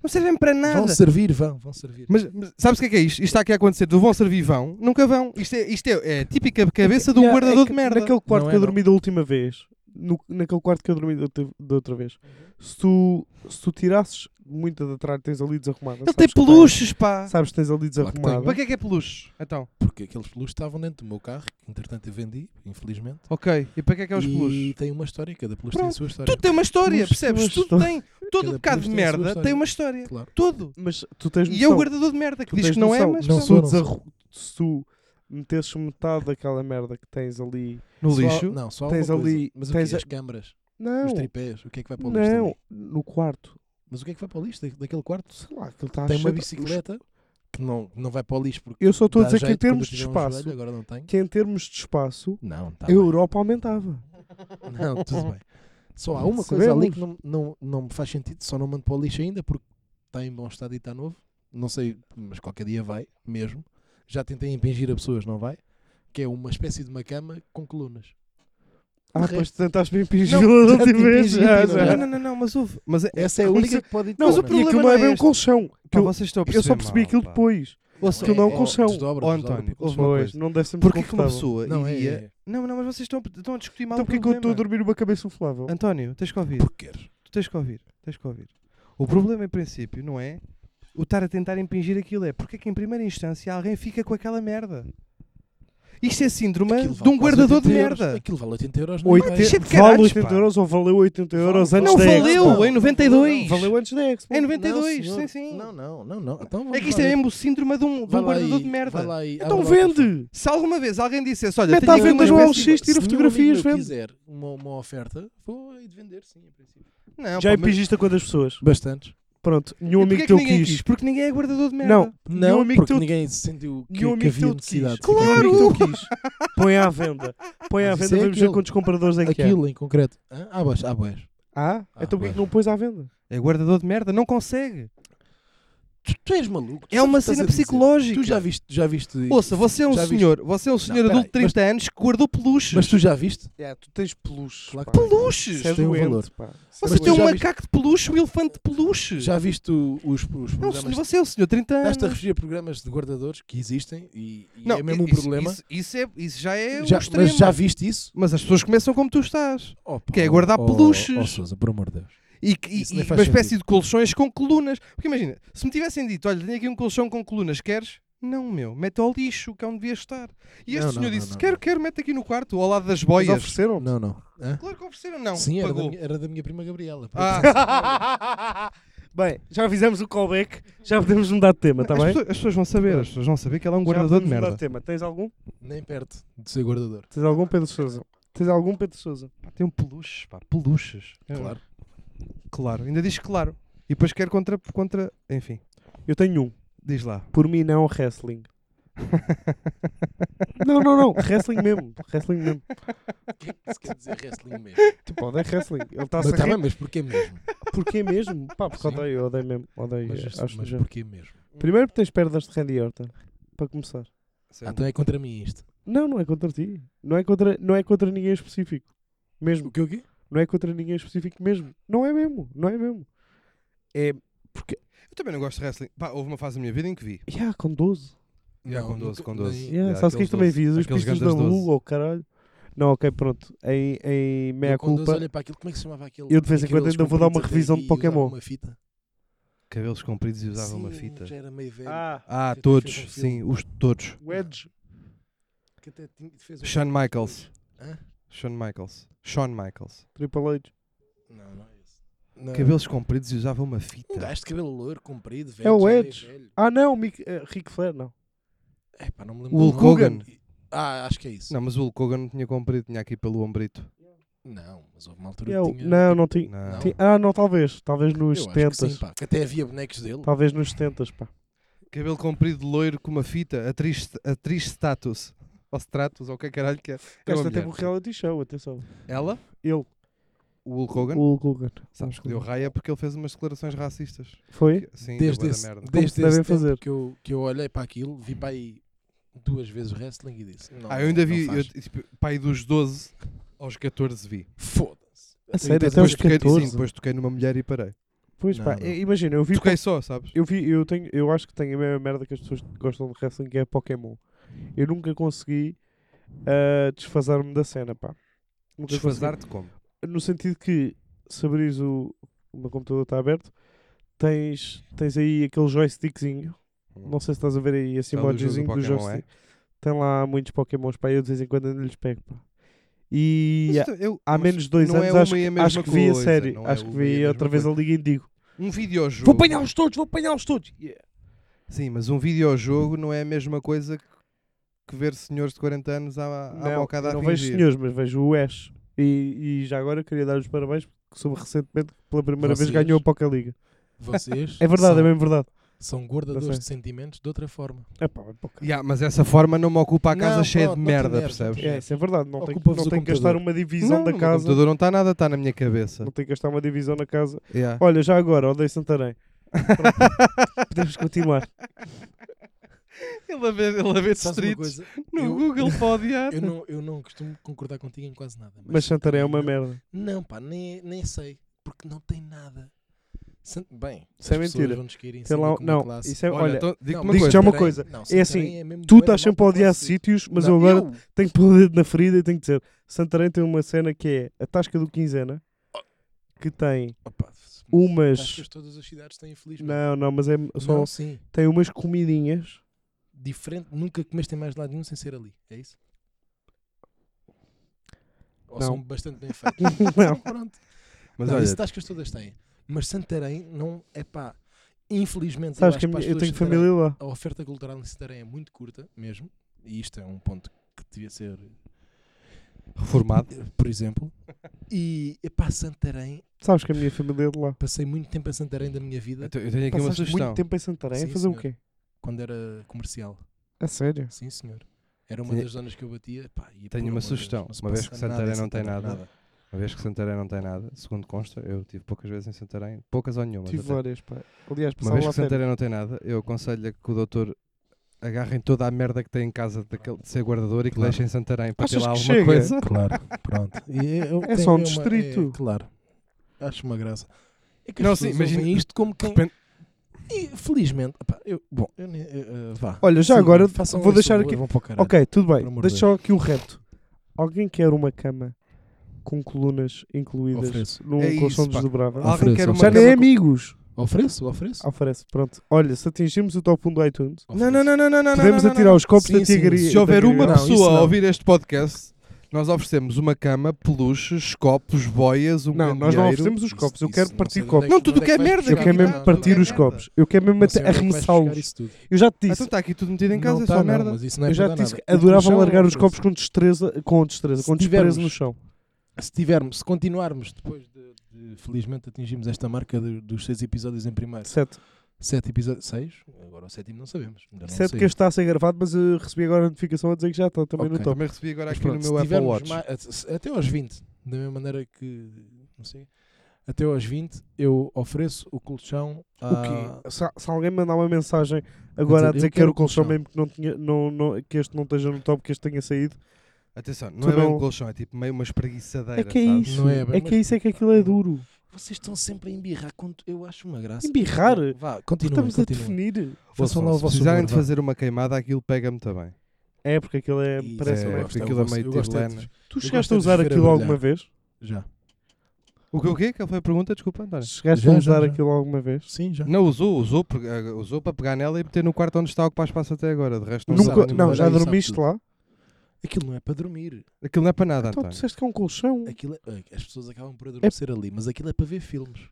D: Não servem para
C: Vão
D: nada.
C: servir, vão, vão servir.
D: Mas, mas sabes o que é que é isto? Isto está aqui a acontecer do vão servir vão, nunca vão. Isto é, isto é, é a típica cabeça de um
B: Yeah, é
D: guardador
B: que
D: de merda.
B: Naquele quarto
C: Não
B: que
C: é,
B: eu
C: não.
B: dormi da última vez, no- naquele quarto que eu dormi da outra, da outra vez,
C: Uhum.
B: se tu, se tu tirasses muita da tralha, tens ali desarrumada.
D: Ele tem
B: sabes que
D: peluches, pá.
B: tem- Sabes que tens ali
C: Claro que tem.
B: desarrumada.
D: Para que é que é peluche? Então,
C: Porque aqueles peluches estavam dentro do meu carro, que entretanto eu vendi, infelizmente.
D: ok. E para que é que é os
C: e
D: peluches?
C: tem uma história, cada peluche tem a
D: Pronto.
C: sua história.
D: Tudo tem uma história,
B: Peluche,
D: percebes?
B: peluche,
D: Tudo tem. Todo
C: Cada
D: bocado de
C: peluche tem a sua
D: merda tem
C: história.
D: uma história.
C: Claro.
D: Tudo.
B: Mas tu tens
D: E é o
B: noção-
D: guardador de merda que
B: Tu
D: diz
B: tens
D: que não é,
B: noção,
D: mas
C: não
D: pronto.
B: se,
C: sou,
B: tu
C: não
B: desarru- se tu metesses metade daquela merda que tens ali.
D: no
C: Só-
D: lixo.
C: não, só
B: Tens
C: alguma coisa.
B: ali-
C: Mas
B: tens
C: o quê?
B: a-
C: As câmaras,
B: Não,
C: os tripés, o que é que vai para o lixo?
B: não,
C: também?
B: no quarto.
C: Mas o que é que vai para o lixo da- daquele quarto?
B: Sei lá, aquilo está
C: tem
B: cheio
C: uma
B: de-
C: bicicleta que não, não vai para o lixo porque.
B: Eu só estou a
C: dá
B: dizer que em
C: jeito quando
B: termos
C: eu
B: de
C: tiver um
B: espaço,
C: joelho, agora não tenho.
B: que em termos de espaço,
C: Não, tá
B: a Europa aumentava.
C: bem. Não, tudo bem. Só há uma
B: Sabemos.
C: coisa ali que não, não, não me faz sentido, só não mando para o lixo ainda porque está em bom estado e está novo. Não sei, mas qualquer dia vai mesmo. Já tentei impingir a pessoas, não vai? Que é uma espécie de uma cama com colunas.
B: Ah,
C: resto-
B: pois tu tentaste me
D: Não,
B: impingir a
C: já
B: última
C: te
B: vez.
C: impingi,
B: Já,
C: não
B: já.
C: é?
D: Não, não, não, não, mas houve. Mas é,
C: Essa é a
D: como
C: única
D: se-
C: que pode ir
D: Não, mas o
B: E
C: para
D: problema
B: aquilo
D: não
B: não é
D: é
B: bem um
D: este.
B: colchão. que
D: Pá,
B: eu,
D: vocês estão a
B: eu só
D: perceber
B: percebi
D: mal,
B: aquilo
D: pá.
B: depois.
D: Ouça,
B: aquilo não é um
D: é-
B: colchão.
C: desdobra,
D: Ó,
C: desdobra,
D: António,
C: porque
D: ouve uma
B: Pois,
D: coisa.
B: não deve ser muito
D: Porquê que uma
B: confortável.
D: pessoa
C: Não, é,
D: iria...
C: é, é.
D: Não, não, mas vocês estão, estão a discutir mal
B: Então
D: o
B: porquê que eu estou a
D: problema.
B: dormir uma cabeça inflável?
D: António, tens que ouvir.
C: Porque queres.
D: Tu tens que ouvir. Tens que ouvir. O problema, em princípio, não é o estar a tentar impingir aquilo. É porque é que, em primeira instância, alguém fica com aquela merda. Isto é síndrome
C: Aquilo
D: de
C: vale
D: um
C: quase
D: guardador de
C: 80 euros.
D: merda.
C: Aquilo vale 80 euros. não é
B: Oito-
C: vai.
D: Deixa de
B: vale
D: caralhos,
B: 80
D: pá.
B: euros ou valeu 80 euros
C: Vale.
B: antes
D: Não
B: da Expo?
D: valeu, em 92.
B: Valeu antes da Expo.
D: Em 92,
C: senhor.
D: sim, sim.
C: Não, não, não, não. Então vamos
D: É que isto é
C: lá.
D: mesmo o síndrome de um, de
C: Vai
D: um
C: lá
D: guardador de
C: aí, vai
D: merda.
C: lá aí,
B: Então
C: abre lá o telefone.
B: vende!
D: Se alguma vez alguém dissesse, olha,
B: Mete
D: tenho
B: à
D: aqui
B: venda
D: umas
B: no
D: peças-
B: OLX, tira
C: Se
B: fotografias,
C: Se
B: vende.
C: quiser uma, uma oferta, vou aí de vender, sim, em princípio.
D: Não,
B: Já
D: pá, mas-
B: impingiste a quantas pessoas?
C: Bastantes.
B: Pronto,
C: um
B: nenhum
D: E
B: amigo
D: porquê
B: teu
D: que ninguém
B: quis.
D: quis? Porque ninguém é guardador de merda.
B: Não, nenhum
C: Não,
B: amigo
C: porque
B: teu
C: ninguém sentiu que,
B: nenhum
C: que
B: amigo
C: havia
B: teu te quis.
C: necessidade. de ficar
B: Nenhum
C: com
B: amigo
C: aquilo.
B: teu quis. Põe à venda. Põe à
C: Mas
B: venda,
C: isso é
B: vamos ver
C: aquilo.
B: quantos compradores é que há.
C: Aquilo em concreto. Hã? Ah, boas, ah, boas.
B: Ah,
C: Ah,
B: então porquê
C: pois.
B: que não pões à venda?
D: É guardador de merda, não consegue.
C: Tu, tu és maluco. Tu
D: É
C: sabes o
D: uma
C: que estás
D: cena
C: a dizer.
D: psicológica.
C: Tu já viste, já viste.
D: Ouça, você é um
C: Já viste?
D: senhor, você é um senhor
C: peraí,
D: adulto de 30 anos que guardou peluches.
C: Mas tu já viste?
B: tu tens peluche.
C: Claro pá. que
D: peluches!
B: Isso é
C: Tem um
B: doente,
C: valor.
B: pá. Isso é
D: Você
C: Mas
D: tem
B: doente.
D: um
C: já viste-
D: macaco de peluche, um elefante de peluche.
C: Já viste o- os, os
D: Não,
C: programas.
D: senhor, você é um senhor de 30 anos.
C: Estás-te a referir a programas de guardadores que existem e, e
D: Não,
C: é mesmo um
D: isso-
C: problema.
D: Isso, isso é, isso já é
C: Já-
D: um extremo.
C: mas já viste isso?
D: Mas as pessoas começam como tu estás.
C: Opa,
D: Que é guardar
C: oh,
D: peluches.
C: Oh, Sousa, por amor de Deus.
D: E, que- e-
C: Isso nem
D: e
C: faz
D: uma espécie
C: sentido.
D: de colchões com colunas. Porque imagina, se me tivessem dito, olha, tenho aqui um colchão com colunas, queres? Não, meu, mete ao lixo, que é onde devia estar. E este
C: Não, não,
D: senhor
C: não,
D: disse,
C: não,
D: quero,
C: não.
D: quero, mete aqui no quarto, ao lado das
B: Mas
D: boias.
B: ofereceram?
C: Não, não. Hã?
D: Claro que ofereceram, não.
C: Sim, era da,
D: pagou. Ah.
C: minha, era da minha prima Gabriela.
B: Bem, já fizemos o callback, já podemos mudar de tema,
C: Tá
B: está
D: as,
B: bem?
D: pessoas, as pessoas vão saber, as pessoas vão saber que ela é um
B: Já
D: guardador
B: podemos
D: de merda.
B: mudar tema. Tens algum?
C: Nem perto de ser guardador.
B: Tens algum Pedro Sousa? Tens algum Pedro Sousa?
D: Pá, tem um peluche, pá, peluches. É,
B: É.
C: Claro.
D: Claro, ainda diz claro. E depois quer contra, contra. Enfim,
B: Eu tenho um.
D: diz lá.
B: Por mim não, wrestling. não, não, não. Wrestling mesmo. Wrestling mesmo.
C: O que é que se quer dizer wrestling mesmo?
B: Tipo, odeio wrestling. Ele está a
C: mas, tá bem,
B: rir.
C: mas porquê mesmo?
B: Porquê mesmo? Pá, porque
C: Sim.
B: odeio, odeio mesmo. Odeio.
C: Mas,
B: acho
C: mas
B: nojento.
C: porquê mesmo?
B: Primeiro porque tens perdas de Randy Orton. Para começar.
C: Ah, então é contra mim isto.
B: Não, não é contra ti. Não é contra, não é contra ninguém em específico. Mesmo.
C: O que o quê?
B: Não é contra ninguém em específico mesmo. Não é mesmo. Não é mesmo. É porque...
D: Eu também não gosto de wrestling. Pá, houve uma fase da minha vida em que vi.
B: Ya, com 12.
D: Já, com
C: nunca-
D: 12, com 12.
C: nem-
B: Yeah,
D: Yeah,
B: sabes o que é que também
D: aqueles
B: vi? Os
D: doze- aqueles
B: pistas da
D: grandes doze.
B: Lula, oh, caralho. Não, ok, pronto. Em, em
C: eu
B: meia
C: com 12
B: culpa.
C: olhei para aquilo, como é que se chamava aquele?
B: Eu de vez em
C: aqueles
B: quando ainda vou dar uma
C: compridos até
B: revisão de
C: aqui e usava
B: Pokémon.
C: Uma fita.
D: Cabelos compridos e usava
C: Sim,
D: uma fita.
C: Já era meio velho.
B: Ah,
D: Ah,
C: Fez-
D: todos,
C: fez um filme.
D: sim, os todos.
B: Wedge.
C: Que até tinha- fez um-
D: Shawn Michaels.
C: Hã?
D: Shawn Michaels. Shawn Michaels.
B: Triple H.
C: Não, não é esse. Não.
D: Cabelos compridos e usava uma fita.
C: Um gajo de cabelo loiro, comprido, velho.
B: Tá. É o
C: já meio
B: Edge.
C: velho.
B: Ah, não, Mick, eh, Ric Flair, não.
C: Epá, não me lembro.
D: O Hulk
C: do nome.
D: Hogan.
C: Ah, acho que é isso.
D: Não, mas o Hulk Hogan não tinha comprido, tinha aqui pelo ombrito.
C: Não, mas houve uma altura
B: Eu,
C: que tinha...
B: É não, não tinha.
D: Não.
B: Ti- Ah, não, talvez. Talvez
C: Eu
B: nos
C: acho que
B: 70
C: sim, pá. Que até havia bonecos dele.
B: Talvez nos 70 pá.
D: Cabelo comprido, loiro, com uma fita. Atriz, atriz status. Ou status, ou o que é caralho que é. Era uma
B: Esta teve um
D: mulher.
B: reality show, atenção.
D: Ela,
B: Ele,
D: o Hulk Hogan,
B: o Hulk Hogan.
D: sabes que deu raia porque ele fez umas declarações racistas.
B: Foi?
D: Sim, deu
C: Desde
D: bué da
C: esse,
D: merda.
C: desde
B: Como
C: esse
B: devem
C: tempo
B: fazer.
C: que eu, que eu olhei para aquilo, vi para aí duas vezes o wrestling e disse... Não,
D: Ah, eu ainda
C: não
D: vi, eu,
C: faz.
D: tipo, pai dos 12 aos 14 vi.
C: Foda-se.
B: A sério, até
D: Depois
B: aos
D: toquei, sim,
B: 14.
D: depois toquei numa mulher e parei.
B: Pois
C: Não,
B: pá,
C: não.
B: eh, imagina, eu vi,
D: Toquei só, sabes?
B: eu vi, eu tenho, eu acho que tenho a mesma merda que as pessoas que gostam de wrestling que é Pokémon. Eu nunca consegui ah, desfazer-me da cena, pá. Nunca consegui.
D: Desfazar-te como?
B: No sentido que, se abrires o, o meu computador está aberto, tens, tens aí aquele joystickzinho.
D: Hum.
B: Não sei se estás a ver aí, esse
D: Aquele do jogo do
B: emojizinho do
D: Pokémon, é?
B: joystick. Tem lá muitos Pokémons, pá, eu de vez em quando ainda lhes pego, pá. E
D: Mas isto- eu-
B: há
D: mas
B: menos de dois
D: não é
B: anos
D: uma e
B: acho,
D: a
B: que-
D: mesma
B: acho que vi a
D: coisa,
B: série.
D: não é
B: acho que
D: uma e a
B: vi
D: mesma
B: outra vez a
D: coisa.
B: Liga Indigo.
D: Um videojogo.
B: Vou apanhá-los todos, vou apanhá-los todos.
D: Sim, mas um videojogo não é a mesma coisa que- que ver senhores de 40 anos à, à
B: Não,
D: bocada
B: não
D: a
B: vejo
D: fingir.
B: senhores, mas vejo o Ash. E, e já agora queria dar os parabéns porque soube recentemente que pela primeira
C: Vocês?
B: vez ganhou a Poca Liga.
C: Vocês
B: É verdade, é
C: são,
B: mesmo verdade.
C: são
B: Eu sei.
C: guardadores de sentimentos de outra forma.
B: É pá, é Poca.
D: Ya, mas essa forma não me ocupa a casa
C: Não,
D: cheia
C: pronto,
D: de
C: não te
D: merda,
C: enerves,
D: percebes?
C: não te
B: É, isso é verdade. Não tem,
C: Ocupa-vos
B: não
C: o
B: tem que gastar
C: computador.
B: uma divisão da casa.
D: O computador não está nada, está na minha cabeça.
B: Não tem que gastar uma divisão na casa.
D: Ya.
B: Olha, já agora, odeio Santarém. Podemos continuar.
D: Ele a ver, ele a ver
C: Sabes uma
D: distritos
C: coisa?
D: no
C: Eu-
D: Google pode odiar.
C: Eu não, eu não costumo concordar contigo em quase nada.
B: Mas Santarém é uma
C: não-
B: merda.
C: Não, pá, nem, nem sei. Porque não tem nada. Sant- Bem,
B: Isso é
C: as pessoas
B: mentira.
C: vão-nos cair em
B: Sei
C: cima
B: lá,
C: com uma
B: não,
C: classe.
B: isso é,
D: Olha,
B: olha,
D: então,
C: Não,
D: digo-te
C: mas
D: uma
B: digo-te já
D: coisa.
B: uma
C: Santarém-
B: coisa.
C: não,
B: É
C: Santarém
B: assim,
C: mesmo
B: tu
C: bué da
B: estás sempre a
C: malta
B: odiar
C: classe.
B: sítios, mas
C: Não,
B: eu agora
C: eu-
B: tenho que pôr o dedo na ferida e tenho que dizer: Santarém tem uma cena que é a Tasca do Quinzena, que tem
C: Opa, acho que
B: umas.
C: todas as cidades têm infelizmente.
B: Não, não, mas é só.
C: Não, sim.
B: Tem umas comidinhas.
C: Diferente, nunca comeste em mais lado nenhum sem ser ali. É isso? ou
D: Não.
C: são bastante bem feitos. Então,
B: Não.
C: Pronto.
D: Mas
C: não,
D: olha,
C: isso tascas todas têm. Mas Santarém não é pá. Infelizmente,
B: Sabes
C: eu,
B: que
C: acho
B: a minha-
C: para as
B: eu
C: pessoas
B: tenho
C: de Santarém,
B: família lá.
C: A oferta cultural em Santarém é muito curta, mesmo. E isto é um ponto que devia ser,
D: reformado.
C: por exemplo. E epá, Santarém,
B: Sabes que a minha família é de lá.
C: passei muito tempo em Santarém da minha vida
D: Eu te- eu tenho aqui uma
B: Passaste
D: sugestão.
B: muito tempo em Santarém a
C: Sim,
B: fazer o
C: senhor.
B: quê?
D: Então-
C: quando era comercial.
B: A sério?
C: Sim, senhor. Era uma
D: Tenho-
C: das zonas que eu batia. Pá, e,
D: tenho
C: por
D: uma
C: amor de Deus,
D: sugestão.
C: não se
D: Uma vez
C: passa
D: que Santarém
C: nada em
D: não tem
C: Santarém,
D: nada. Uma vez que Santarém não tem nada, segundo consta, eu tive poucas vezes em Santarém, poucas ou nenhuma.
B: Tive várias, pá. Aliás,
D: Uma
B: passava
D: vez que
B: lá a sério.
D: Santarém não tem nada, eu aconselho que o doutor agarrem toda a merda que tem em casa daquele- de ser guardador e que
C: Claro.
D: deixem em Santarém para
B: Achas
D: ter lá
B: que
D: alguma
B: chega?
D: coisa.
C: Claro, pronto. E eu
B: É
C: tenho
B: só um
C: uma-
B: distrito.
C: é, claro. Acho uma graça. É que
D: Não,
C: as
D: sim,
C: pessoas
D: imagina-
C: ouvem isto como
D: De
C: quem...
D: repente-
C: E, felizmente, epá, eu, bom, eu, nem- eh, eh, vá.
B: Olha, já agora
C: façam
B: vou
C: isso,
B: deixar aqui-
C: levam para o caralho.
B: Ok, tudo
C: Por
B: bem.
C: amor de
B: Deixa só aqui o reto. Alguém quer uma cama com colunas incluídas
C: Ofereço.
B: num
D: É isso,
B: colchão
D: pá.
B: desdobrável?
C: Ah,
D: Alguém quer
C: Ofereçam.
D: uma
B: Já nem é
D: cama
B: amigos.
C: Ofereço, ofereço.
B: Oferece, pronto. Olha, se atingirmos o top 1 do iTunes,
D: com- Não, não, não, não, não, não.
B: podemos
D: não, não,
B: atirar
D: não.
B: os copos
C: Sim,
B: da
C: sim.
B: tigaria.
D: Se houver
B: da
D: uma
B: tigaria.
C: Não, isso
D: pessoa a
C: não.
D: ouvir este podcast, nós oferecemos uma cama, peluches, copos, boias, um
B: Não, nós não
D: candeeiro.
B: oferecemos os
C: Isso-
B: copos. Eu
C: isso,
B: quero
C: não
B: partir
C: sei onde é
B: copos.
D: Não, tudo
C: onde
D: que é
C: vais
D: merda,
B: Eu
C: buscar
B: quero
D: aqui
B: mesmo
D: tá,
C: nada,
B: partir
D: não é
B: os
D: merda.
B: copos. Eu quero mesmo
C: não
B: até
C: sei onde é que vais buscar
B: arremessá-los.
C: isso tudo.
B: Eu já te
D: Então
B: disse.
D: está aqui tudo metido em
C: Não
D: casa, é
C: tá,
D: só
C: não,
D: merda.
C: mas isso não é
B: Eu já
C: para
B: te
C: dar
B: disse que
C: nada. O
B: adorava
C: colchão,
B: largar os
C: ofereço.
B: copos com destreza, com destreza,
C: Se
B: com desprezo
C: tivermos-
B: no chão.
C: se tivermos, se continuarmos depois de, de- felizmente atingimos esta marca de- dos seis episódios em primeiro.
B: Certo.
C: Sete episódios, seis? Agora o sétimo não sabemos. Ainda não
B: Certo que
C: saiu.
B: este está a ser gravado, mas eh, recebi agora a notificação a dizer que já está também no
C: Ok.
B: top.
D: Também recebi agora
C: Mas
D: aqui
C: pronto,
D: no
C: se
D: meu Apple
C: tivermos
D: Watch.
C: ma- at- se- até aos 20, da mesma maneira que, não sei, até aos 20 eu ofereço o colchão
B: O
C: a...
B: que, se, se alguém mandar uma mensagem agora a dizer
C: dizer, eu
B: que era
C: quero
B: o colchão
C: colchão.
B: mesmo que, não tinha, não, não- que este não esteja no top, que este tenha saído,
D: Atenção,
B: Tu
D: não é bem
B: não-
D: um colchão, é tipo meio uma espreguiçadeira.
B: é que é
D: sabes?
B: isso.
C: Não
B: é,
C: é bem,
B: que
C: mas-
B: é isso, é que aquilo é duro.
C: Vocês estão sempre a embirrar, quanto- eu acho uma graça.
B: Embirrar?
C: Vá, continuem,
B: Estamos a
C: continuem.
B: definir.
C: Façam lá o
D: Ouçam, se
C: vosso
D: precisarem
C: humor,
D: de
C: vá.
D: fazer uma queimada, aquilo pega-me também.
B: É, porque aquilo é,
C: Isso,
B: parece
D: é,
B: uma-
C: eu gosto,
D: porque
C: eu
D: aquilo é
C: gosto,
D: meio
C: eu gosto é de-
D: tirolana.
B: Tu
C: eu
B: chegaste a
C: gosto é de
B: usar
C: ver a
B: aquilo alguma
C: brilhar.
B: vez?
C: Já.
D: O que, o quê? Qual foi a pergunta? Desculpa, António.
B: Chegaste
C: Já,
B: a
C: já,
B: usar
C: já.
B: aquilo alguma vez?
C: Sim, já.
D: Não, usou, usou, porque, eh, usou para pegar nela e meter no quarto onde está a ocupar espaço até agora. De resto, não
C: Nunca-
D: sabe nenhuma
B: não,
C: mas
B: já
D: coisa.
C: aí sabe
B: dormiste
C: tudo.
B: lá?
C: Aquilo não é para dormir.
D: Aquilo não é para nada,
B: Então
D: António.
B: disseste que é um colchão.
C: Aquilo é- as pessoas acabam por adormecer ali, mas aquilo é para ver filmes.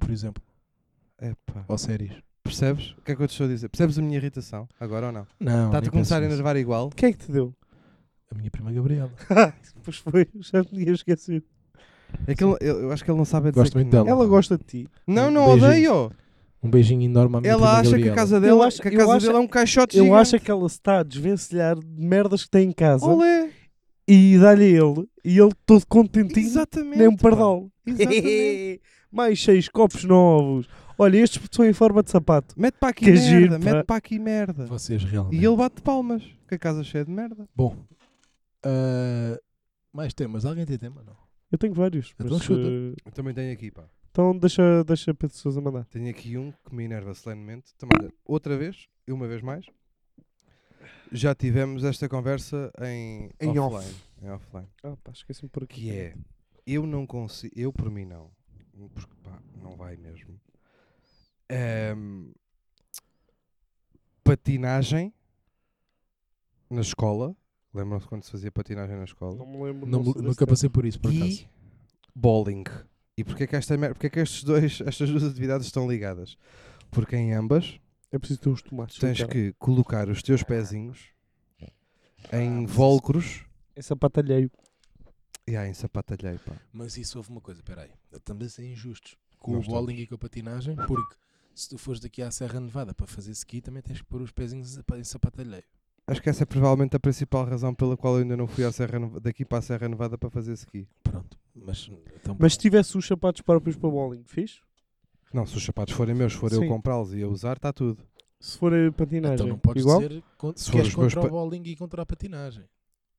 C: Por exemplo,
D: Epá.
C: ou séries.
D: É Percebes? O que é que eu te estou a dizer? Percebes a minha irritação? Agora ou não?
C: Não,
D: Está-te
C: nem
D: a começar a
C: penso nisso.
D: enervar igual?
B: Quem é que te deu?
C: A minha prima Gabriela.
B: pois foi, já me tinha esquecido.
D: Aquilo, eu, eu acho É que ele não sabe é dizer
C: Gosto
D: que
C: muito
D: não.
C: dela.
B: Ela gosta de ti.
D: Não, não
C: Beijinho.
D: odeio!
C: Um beijinho enorme à minha prima
D: Ela acha que
C: Gabriela.
D: a casa
B: Eu
D: dela,
B: acho-
D: que a
B: eu
D: casa
B: acho-
D: dela é um caixote
B: Eu acho
D: gigante.
B: é que ela se está a desvencilhar de merdas que tem em casa
D: Olé!
B: e dá-lhe a ele e ele todo contentinho,
D: Exatamente!
B: nem um
D: pá.
B: pardal.
D: Exatamente!
B: Mais seis copos novos. Olha, estes são em forma de sapato.
D: Mete para aqui
B: Que
D: merda,
B: giro, pá.
D: mete para aqui merda.
C: Vocês realmente.
D: E ele bate palmas, que a casa é cheia de merda.
C: Bom. ah, mais temas. Alguém tem tema? Não.
B: Eu tenho vários.
C: Então
B: mas,
C: chuta.
B: eh,
D: Eu também tenho aqui, pá.
B: então deixa, deixa Pedro Sousa mandar.
D: Tenho aqui um que me enerva solenemente. Também, olha, outra vez, e uma vez mais, já tivemos esta conversa em,
B: Em off.
D: offline. Em offline.
B: Ah, pá, esqueci-me por aqui.
D: Que é, eu não consigo, eu por mim não, porque pá, não vai mesmo. Ahm, patinagem na escola. Lembram-se quando se fazia patinagem na escola?
B: Não me lembro.
C: Não-
B: não sei desse
C: nunca passei por isso, por acaso.
D: e bowling. E porquê é que, esta, mer- porquê é que estes dois, estas duas atividades estão ligadas? Porque em ambas
B: tempo. É preciso ter uns tomates.
D: tens
B: cara.
D: que colocar os teus pezinhos
C: Ah,
D: em volcros
B: É sapato alheio.
D: e ah, em sapatalhei, pá.
C: Mas isso houve uma coisa, peraí. Estamos a ser injustos. Com
D: Não
C: o bowling
D: estamos.
C: e com a patinagem, porque se tu fores daqui à Serra Nevada para fazer ski, também tens que pôr os pezinhos em sapato alheio.
D: Acho que essa é provavelmente a principal razão pela qual eu ainda não fui à Serra Neva- daqui para a Serra Nevada para fazer ski.
C: Pronto. Mas, então,
B: Mas se tivesse os sapatos próprios para bowling, fiz?
D: Não, se os sapatos forem meus, se for eu
B: Sim.
D: comprá-los e a usar, está tudo.
B: Se for a patinagem,
C: então não podes
B: igual?
C: dizer con-
D: Se
C: se
D: for
C: queres
D: os meus
C: contra
D: pa-
C: o bowling e contra a patinagem.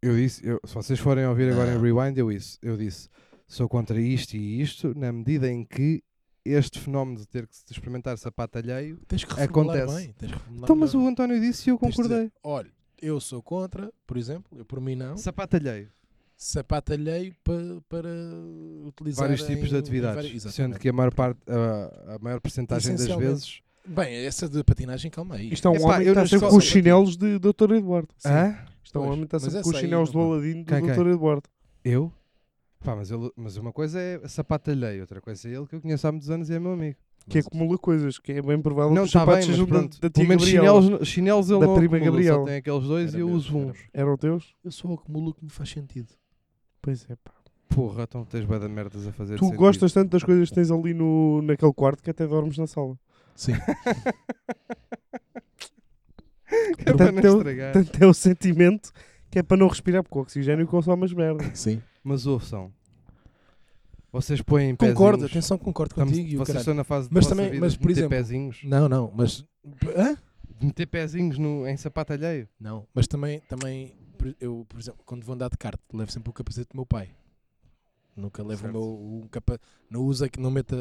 D: Eu disse, eu- se vocês forem ouvir agora em
C: Ah.
D: Rewind, eu, isso, eu disse, sou contra isto e isto, na medida em que este fenómeno de ter que se experimentar sapato alheio.
C: Tens que reformular
D: Acontece.
C: bem. Tens que reformular
D: Então, mas
C: melhor.
D: o António disse e eu
C: Tens de
D: concordei.
C: dizer, Olha, eu sou contra, por exemplo, eu por mim não.
D: um Sapato alheio.
C: sapato alheio para, para utilizar
D: Vários
C: em-
D: tipos de
C: em
D: atividades.
C: várias-
D: sendo
C: Exatamente.
D: que é- a maior parte, a, a maior porcentagem das
C: Essencialmente.
D: vezes.
C: Bem, essa de patinagem, calma aí.
B: Isto é um
D: Epá,
B: homem que
D: eu
B: está
D: nas
B: sempre com
D: escolas-
B: os chinelos de Dr. Eduardo.
C: Sim.
D: Hã?
B: Isto é um
C: Pois,
B: homem que está
C: mas
B: sempre com os
C: essa aí
B: chinelos
C: não
B: do
C: conta.
B: Aladino do
D: é Quem, quem?
B: Dr. Eduardo.
D: Eu? Pá, mas, ele, mas uma coisa é sapato alheio, outra coisa é ele que eu conheço há muitos anos e é meu amigo.
B: que acumula coisas, que é bem provável
D: não,
B: que os
D: está bem,
B: sapatos
D: mas
B: sejam da,
D: pronto.
B: da tia
D: Pelo menos
B: Gabriela.
D: chinelos, chinelos ele
B: Da
D: não
B: prima
D: acumula,
B: Gabriela.
D: só tem aqueles dois
C: Era
D: e eu
C: meu,
D: uso um.
C: era
D: uns.
C: meu.
B: Eram teus?
C: Eu só acumulo o que me faz sentido.
B: Pois é, pá.
D: Porra, então tens bué de merdas a fazer de
B: Tu
D: sentido.
B: gostas tanto das coisas que tens ali no, naquele quarto que até dormes na sala.
C: Sim.
D: É para não
B: Tanto eu-
D: estragar.
B: Tanto é o sentimento que é para não respirar, porque o oxigênio consome as merdas.
C: Sim.
D: Mas ouçam. Vocês põem pezinhos.
C: Concordo, atenção, concordo
D: Estamos-
C: contigo. e o
D: vocês
C: caralho.
D: estão na fase de
C: Mas
D: vossa
C: também-
D: vida
C: mas
D: de
C: por
D: meter
C: exemplo-
D: pezinhos.
C: Não, não, mas.
D: Ah,
C: Hã?
D: de meter pezinhos no, em sapato alheio.
C: Não, mas também, também por- eu, por exemplo, quando vou andar de kart, levo sempre o capacete do meu pai. Nunca levo
D: Certo.
C: o meu um capa, não usa que não meta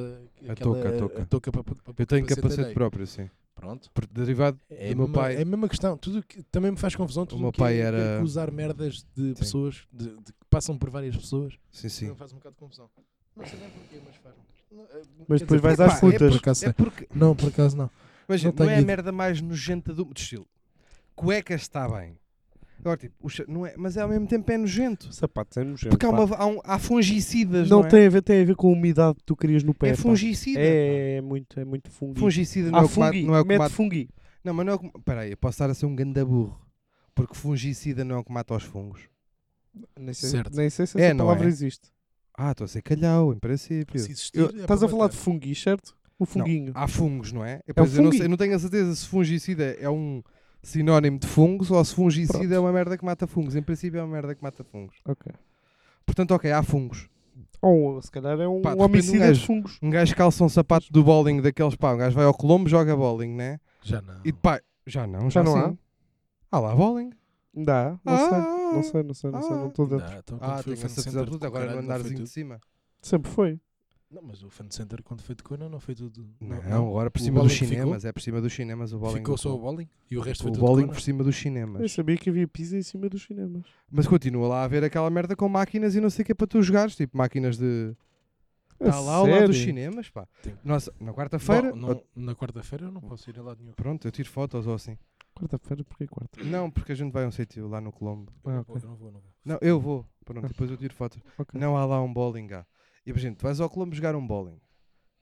D: A
C: aquela-
D: touca, a touca.
C: para, para
D: Eu tenho capacete
C: alheio.
D: próprio, sim.
C: Pronto.
D: Por- Derivado.
C: É,
D: Do
C: a
D: meu
C: mesma-
D: pai.
C: é a mesma questão. Tudo o que também me faz confusão tudo
D: O meu
C: o que é-
D: pai
C: que é
D: era-
C: que usar merdas de pessoas de- de- que passam por várias pessoas.
D: Sim, sim.
C: Me faz um bocado de confusão. Não sei bem porquê, mas faz. Não, é-
B: Mas
C: quer
B: depois
C: dizer,
B: vais
D: pá,
B: às
D: é
B: putas.
C: Por acaso,
D: É porque.
C: Não, por acaso não.
D: Imagina, não,
C: tenho
D: é a
C: ido.
D: merda mais nojenta do, do estilo. Cuecas está bem. Agora, tipo, o cha- não é, mas é, ao mesmo tempo é nojento.
B: Sapatos é nojento.
D: Porque há, uma, há, um- há fungicidas. Não,
B: Não,
D: é?
B: tem a ver, tem a ver com a umidade que tu querias no pé.
D: É
B: pá.
D: fungicida.
B: É, muito, é muito fungo.
D: pá. Fungicida não é
B: Há
D: o que mata-
B: Ah, fungi,
D: não é o que
B: mete
D: mata-
B: fungi.
D: Não, mas não é o que. Peraí, eu posso estar a ser um ganda burro. Porque fungicida não é o que mata os fungos.
B: Nem sei,
C: Certo.
B: nem sei se
D: É,
B: essa
D: não
B: palavra
D: é?
B: existe.
D: Ah, estou a ser calhau, em princípio.
C: Se existir,
B: Eu-
C: é
B: estás
C: para
B: a falar
C: matar.
B: de fungi, certo? O funguinho.
D: Há fungos, não é? Eu, pois, eu, não
B: fungui.
D: sei- eu não tenho a certeza se fungicida é um sinónimo de fungos ou se fungicida
B: Pronto.
D: é uma merda que mata fungos. Em princípio é uma merda que mata fungos.
B: Ok.
D: Portanto, ok, há fungos.
B: Ou se calhar é um
D: Pá, de repente um
B: homicida de
D: gajo-
B: fungos.
D: Um gajo calça um sapato do bowling daqueles pá. Um gajo vai ao Colombo, joga bowling, né?
C: Já não.
D: E pá, já não, já,
B: Já não
D: sim. há. lá bowling.
B: Dá, não
D: Ah,
B: sei. Não sei, não sei, não sei, não estou dentro.
C: Não, então, quando
D: Ah,
C: foi
D: tenho
C: o
D: a
C: Fan
D: certeza
C: Center de
D: absoluta. Agora no
C: Cocará, não foi
D: andarzinho de
C: tudo.
D: cima.
B: Sempre foi.
C: Não, mas o Fan Center, quando foi de Conan, não foi tudo.
D: Não, agora por
C: O
D: cima dos
C: bowling ficou?
D: cinemas. É por cima dos cinemas o bowling.
C: Ficou
D: do
C: só o
D: Colombo.
C: bowling e o resto foi
D: o
C: tudo.
D: bowling
C: Conan?
D: por cima dos
B: Eu
D: cinemas.
B: sabia que havia pizza em cima dos cinemas.
D: Mas continua lá a haver aquela merda com máquinas e não sei o que é para tu jogares. Tipo, máquinas de. Está
B: A
D: lá ao lado dos
B: sério?
D: cinemas, pá.
C: Tem-
D: Nossa, na quarta-feira.
C: Bom, não- na quarta-feira eu não posso ir a lado nenhum.
D: Pronto, eu tiro fotos ou assim.
B: Quarta-feira, porquê quarta?
D: Não, porque a gente vai a um sítio lá no Colombo.
C: Eu
B: Ah,
C: não,
B: ok.
C: vou, eu não vou, não vou.
D: Não, eu vou. Pronto, depois eu tiro fotos.
B: Ok.
D: Não há lá um bowling cá. E, por exemplo, tu vais ao Colombo jogar um bowling.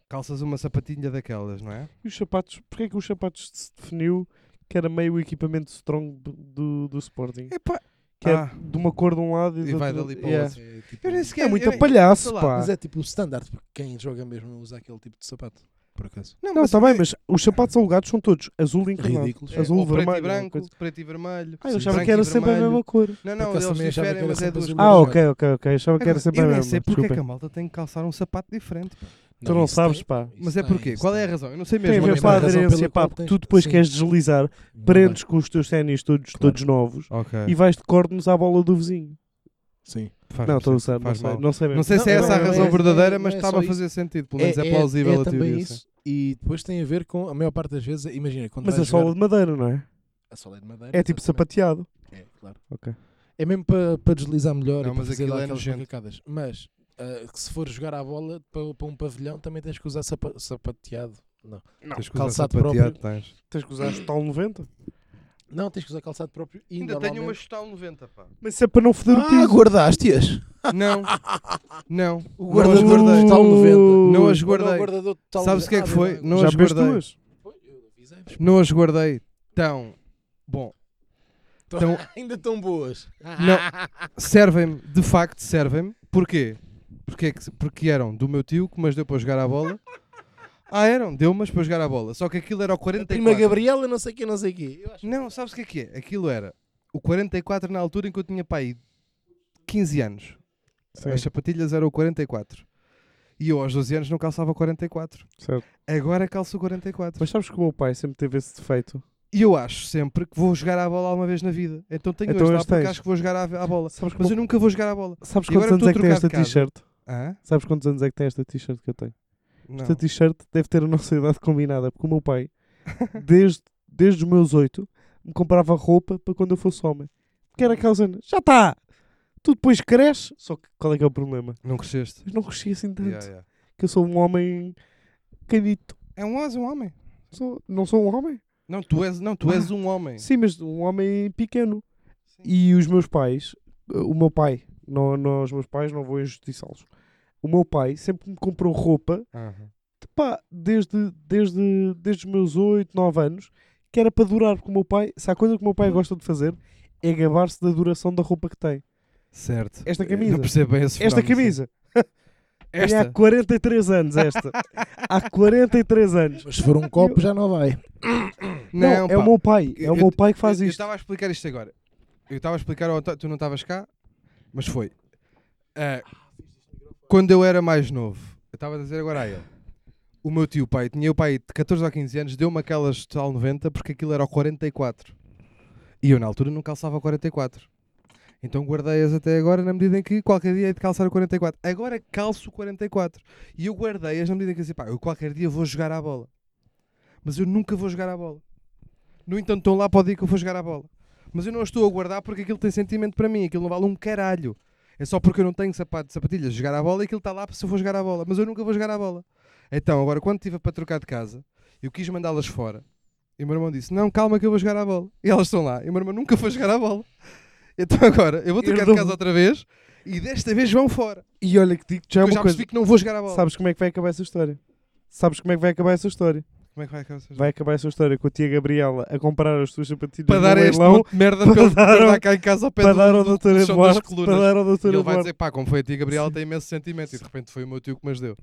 D: Calças uma sapatilha daquelas, não é?
B: E os sapatos, porquê que os sapatos se definiu que era meio o equipamento strong do- do, do Sporting?
D: Epá,
B: Que é
D: Ah.
B: de uma cor de um lado e,
D: E
B: do
D: vai
B: outro-
D: dali para o
B: Yeah.
D: outro.
C: É, tipo,
D: eu nem sequer.
B: É
D: eu
B: muito
D: nem-
B: palhaço,
D: sei lá,
B: pá.
C: Mas é tipo o standard, porque quem joga mesmo não usa aquele tipo de sapato. Por acaso.
D: Não, tá
B: Não,
D: mas
B: está
D: eu-
B: bem, mas é os sapatos alugados são todos azul e encarnado.
C: Ridículos.
D: é,
B: azul,
D: ou preto
B: vermelho,
D: e branco,
B: coisa.
D: preto e vermelho.
B: Ah, eu
C: Sim.
B: achava
D: branco
B: que
D: e
B: era sempre a
D: vermelho.
B: mesma cor.
D: Não, não,
C: Por acaso
D: eles
C: também achava
D: diferem,
C: que era
D: mas é
C: sempre assim.
D: duas
C: azul e
B: Ah,
D: cores.
C: branco.
B: ok, ok, ok. Achava que
D: Agora,
B: era sempre a
D: eu
B: mesma.
D: nem sei porque é que
B: desculpem.
D: a malta tem que calçar um sapato diferente. pá.
B: Tu não
C: isso
B: sabes,
C: tem-
B: pá.
C: isso
D: Mas é
C: tem,
D: porquê?
C: isso
D: Qual é a
C: tem.
D: razão? Eu não sei
B: Tem a
D: mesmo.
B: ver
C: mesma
B: para a
C: razão pela
B: aderência, pá,
C: qual
B: porque
C: tens-
B: tu depois
C: Sim.
B: queres deslizar,
C: Não
B: prendes com os teus ténis todos,
C: Claro.
B: todos novos
D: Ok.
B: e vais de cornos à bola do vizinho.
C: vai. Sim.
D: Faz
B: não,
D: mal,
B: estou a usar, não
D: faz
B: sei,
D: mal.
B: não assim, sei mesmo.
D: Não sei se é
C: Não,
D: essa a
C: não,
D: razão
C: é-
D: verdadeira,
C: é-
D: mas
C: não é
D: estava
C: só
D: a fazer sentido. Pelo menos é,
C: é
D: plausível
C: é
D: a teoria.
C: também
D: sim.
C: isso. E depois tem a ver com, a maior parte das vezes, imagina, quando
B: Mas
C: vais
B: é sola
C: jogar-
B: de madeira, não é?
C: a sola é de madeira.
B: É tipo
C: exatamente.
B: sapateado.
C: É, claro.
B: Ok.
C: É mesmo para para deslizar melhor
D: Não,
C: e para
D: mas
C: fazer
D: aquilo
C: lá
D: é
C: aquelas
D: nojento.
C: macacadas. Mas ah, que se for jogar à bola para, para um pavilhão também tens que usar sapa- sapateado.
D: Tens que usar
C: calçado
D: sapateado, tens.
B: Tens que usar tal 90.
C: Não, tens que usar calçado próprio e
D: Ainda tenho uma
C: normalmente-
D: gestão 90, pá.
B: Mas isso é para não foder o
C: Ah,
B: piso.
C: guardaste-as?
D: Não. Não.
C: O
D: Não as
C: guardador
D: guardei.
C: de tal 90.
D: Não as
C: Olha o
D: guardei.
C: guardador de tal Ah,
D: Sabes o que é que foi? Não
B: Já
D: as
B: vês
D: guardei.
B: duas?
D: Não as guardei tão. Bom, Então- Ah,
C: Ainda tão boas.
D: Não. servem-me, de facto servem-me. Porquê? Porque, é que- porque eram do meu tio que mas deu para jogar à bola. Ah, eram, deu mas para jogar à bola. Só que aquilo era o
C: Prima
D: 44.
C: Gabriela, não sei o que, não sei o que.
D: Não, sabes o que é que é? Aquilo era o 44 na altura em que eu tinha para aí 15 anos.
B: Sim,
D: As sapatilhas eram o 44. E eu aos 12 anos não calçava o 44.
B: certo.
D: Agora calço o 44.
B: Mas sabes que o meu pai sempre teve esse defeito.
D: E eu acho sempre que vou jogar à bola alguma vez na vida. Então tenho
B: Então
D: este lá
B: hoje
D: porque
B: tens.
D: acho que vou jogar à, à bola.
B: Sabes,
D: Mas
B: que-
D: eu nunca vou jogar à bola.
B: sabes
D: E agora
B: quantos anos
D: estou
B: é que tem
D: a trocar
B: esta
D: de casa.
B: t-shirt?
D: Hã?
B: Sabes quantos anos é que tem esta t-shirt que eu tenho?
D: Não.
B: Esta t-shirt deve ter a nossa idade combinada, porque o meu pai, desde, desde os meus oito, me comprava roupa para quando eu fosse homem. Porque era aquela cena, já está! Tu depois cresces, só que qual é que é o problema?
D: Não cresceste.
B: Mas não cresci assim tanto,
D: Yeah, yeah.
B: que eu sou um homem canito.
D: É um, és um homem. Ah.
B: Sou- não sou um homem?
D: Não, tu és, não, tu és um homem.
B: Sim, mas um homem pequeno. E os meus pais, o meu pai, Não, não, os meus pais não vou injustiçá-los. O meu pai sempre me comprou roupa,
D: Aham.
B: pá, desde, desde, desde os meus 8, 9 anos, que era para durar, porque o meu pai, se há coisa que o meu pai gosta de fazer, é gabar-se da duração da roupa que tem.
D: Certo.
B: Esta
D: Eu
B: camisa.
D: Eh, Não percebo bem esse
B: Esta
D: fenómeno,
B: camisa,
D: sim.
B: tem há
D: Esta.
B: 43 anos, esta. há 43 anos.
C: Mas se for um copo já não vai.
B: Não,
D: pá.
B: é o meu pai, é
D: Eu-
B: o meu pai que faz
D: eu, Eu
B: isto.
D: estava a explicar isto agora. Eu estava a explicar ao António, tu não estavas cá, mas foi. Ah, quando eu era mais novo, eu estava a dizer agora a ele. O meu tio pai, tinha o pai de 14 ou 15 anos, deu-me aquelas tal 90 porque aquilo era o 44. E eu na altura não calçava o 44. Então guardei-as até agora na medida em que qualquer dia hei de calçar o 44. Agora calço o 44. E eu guardei-as na medida em que assim, pá, eu qualquer dia vou jogar à bola. Mas eu nunca vou jogar à bola. No entanto, estão lá para o dia que eu for jogar a bola. Mas eu não as estou a guardar porque aquilo tem sentimento para mim, aquilo não vale um caralho. É só porque eu não tenho sapato, sapatilhas de jogar a bola e aquilo está lá se eu for jogar a bola. Mas eu nunca vou jogar a bola. Então, agora, quando estive para trocar de casa, eu quis mandá-las fora. E o meu irmão disse: Não, calma que eu vou jogar a bola. E elas estão lá. E o meu irmão nunca foi jogar a bola. Então, agora, eu vou trocar de
B: Herdou-me.
D: casa outra vez e desta vez vão fora.
B: E olha que digo, já
D: Porque eu
B: é uma
D: já
B: coisa.
D: percebi que não vou jogar a bola.
B: Sabes como é que vai acabar essa história? Sabes como é que vai acabar essa história?
D: Como é que vai acabar?
B: Vai acabar essa história com a tia Gabriela a comprar as tuas sapatilhas
D: Para
B: no
D: dar a este
B: um leilão
D: monte de merda
B: para
D: para ele
B: dar ao-
D: guardar cá em casa ao pé
B: para
D: do-
B: dar ao
D: do-
B: Dr.
D: do chão das
B: Eduardo.
D: colunas.
B: Para dar ao
D: E
B: Dr.
D: ele vai
B: Eduardo.
D: dizer, pá, como foi a ti, Gabriel,
B: Sim.
D: tem imenso sentimento. E de repente foi o meu tio que mas deu.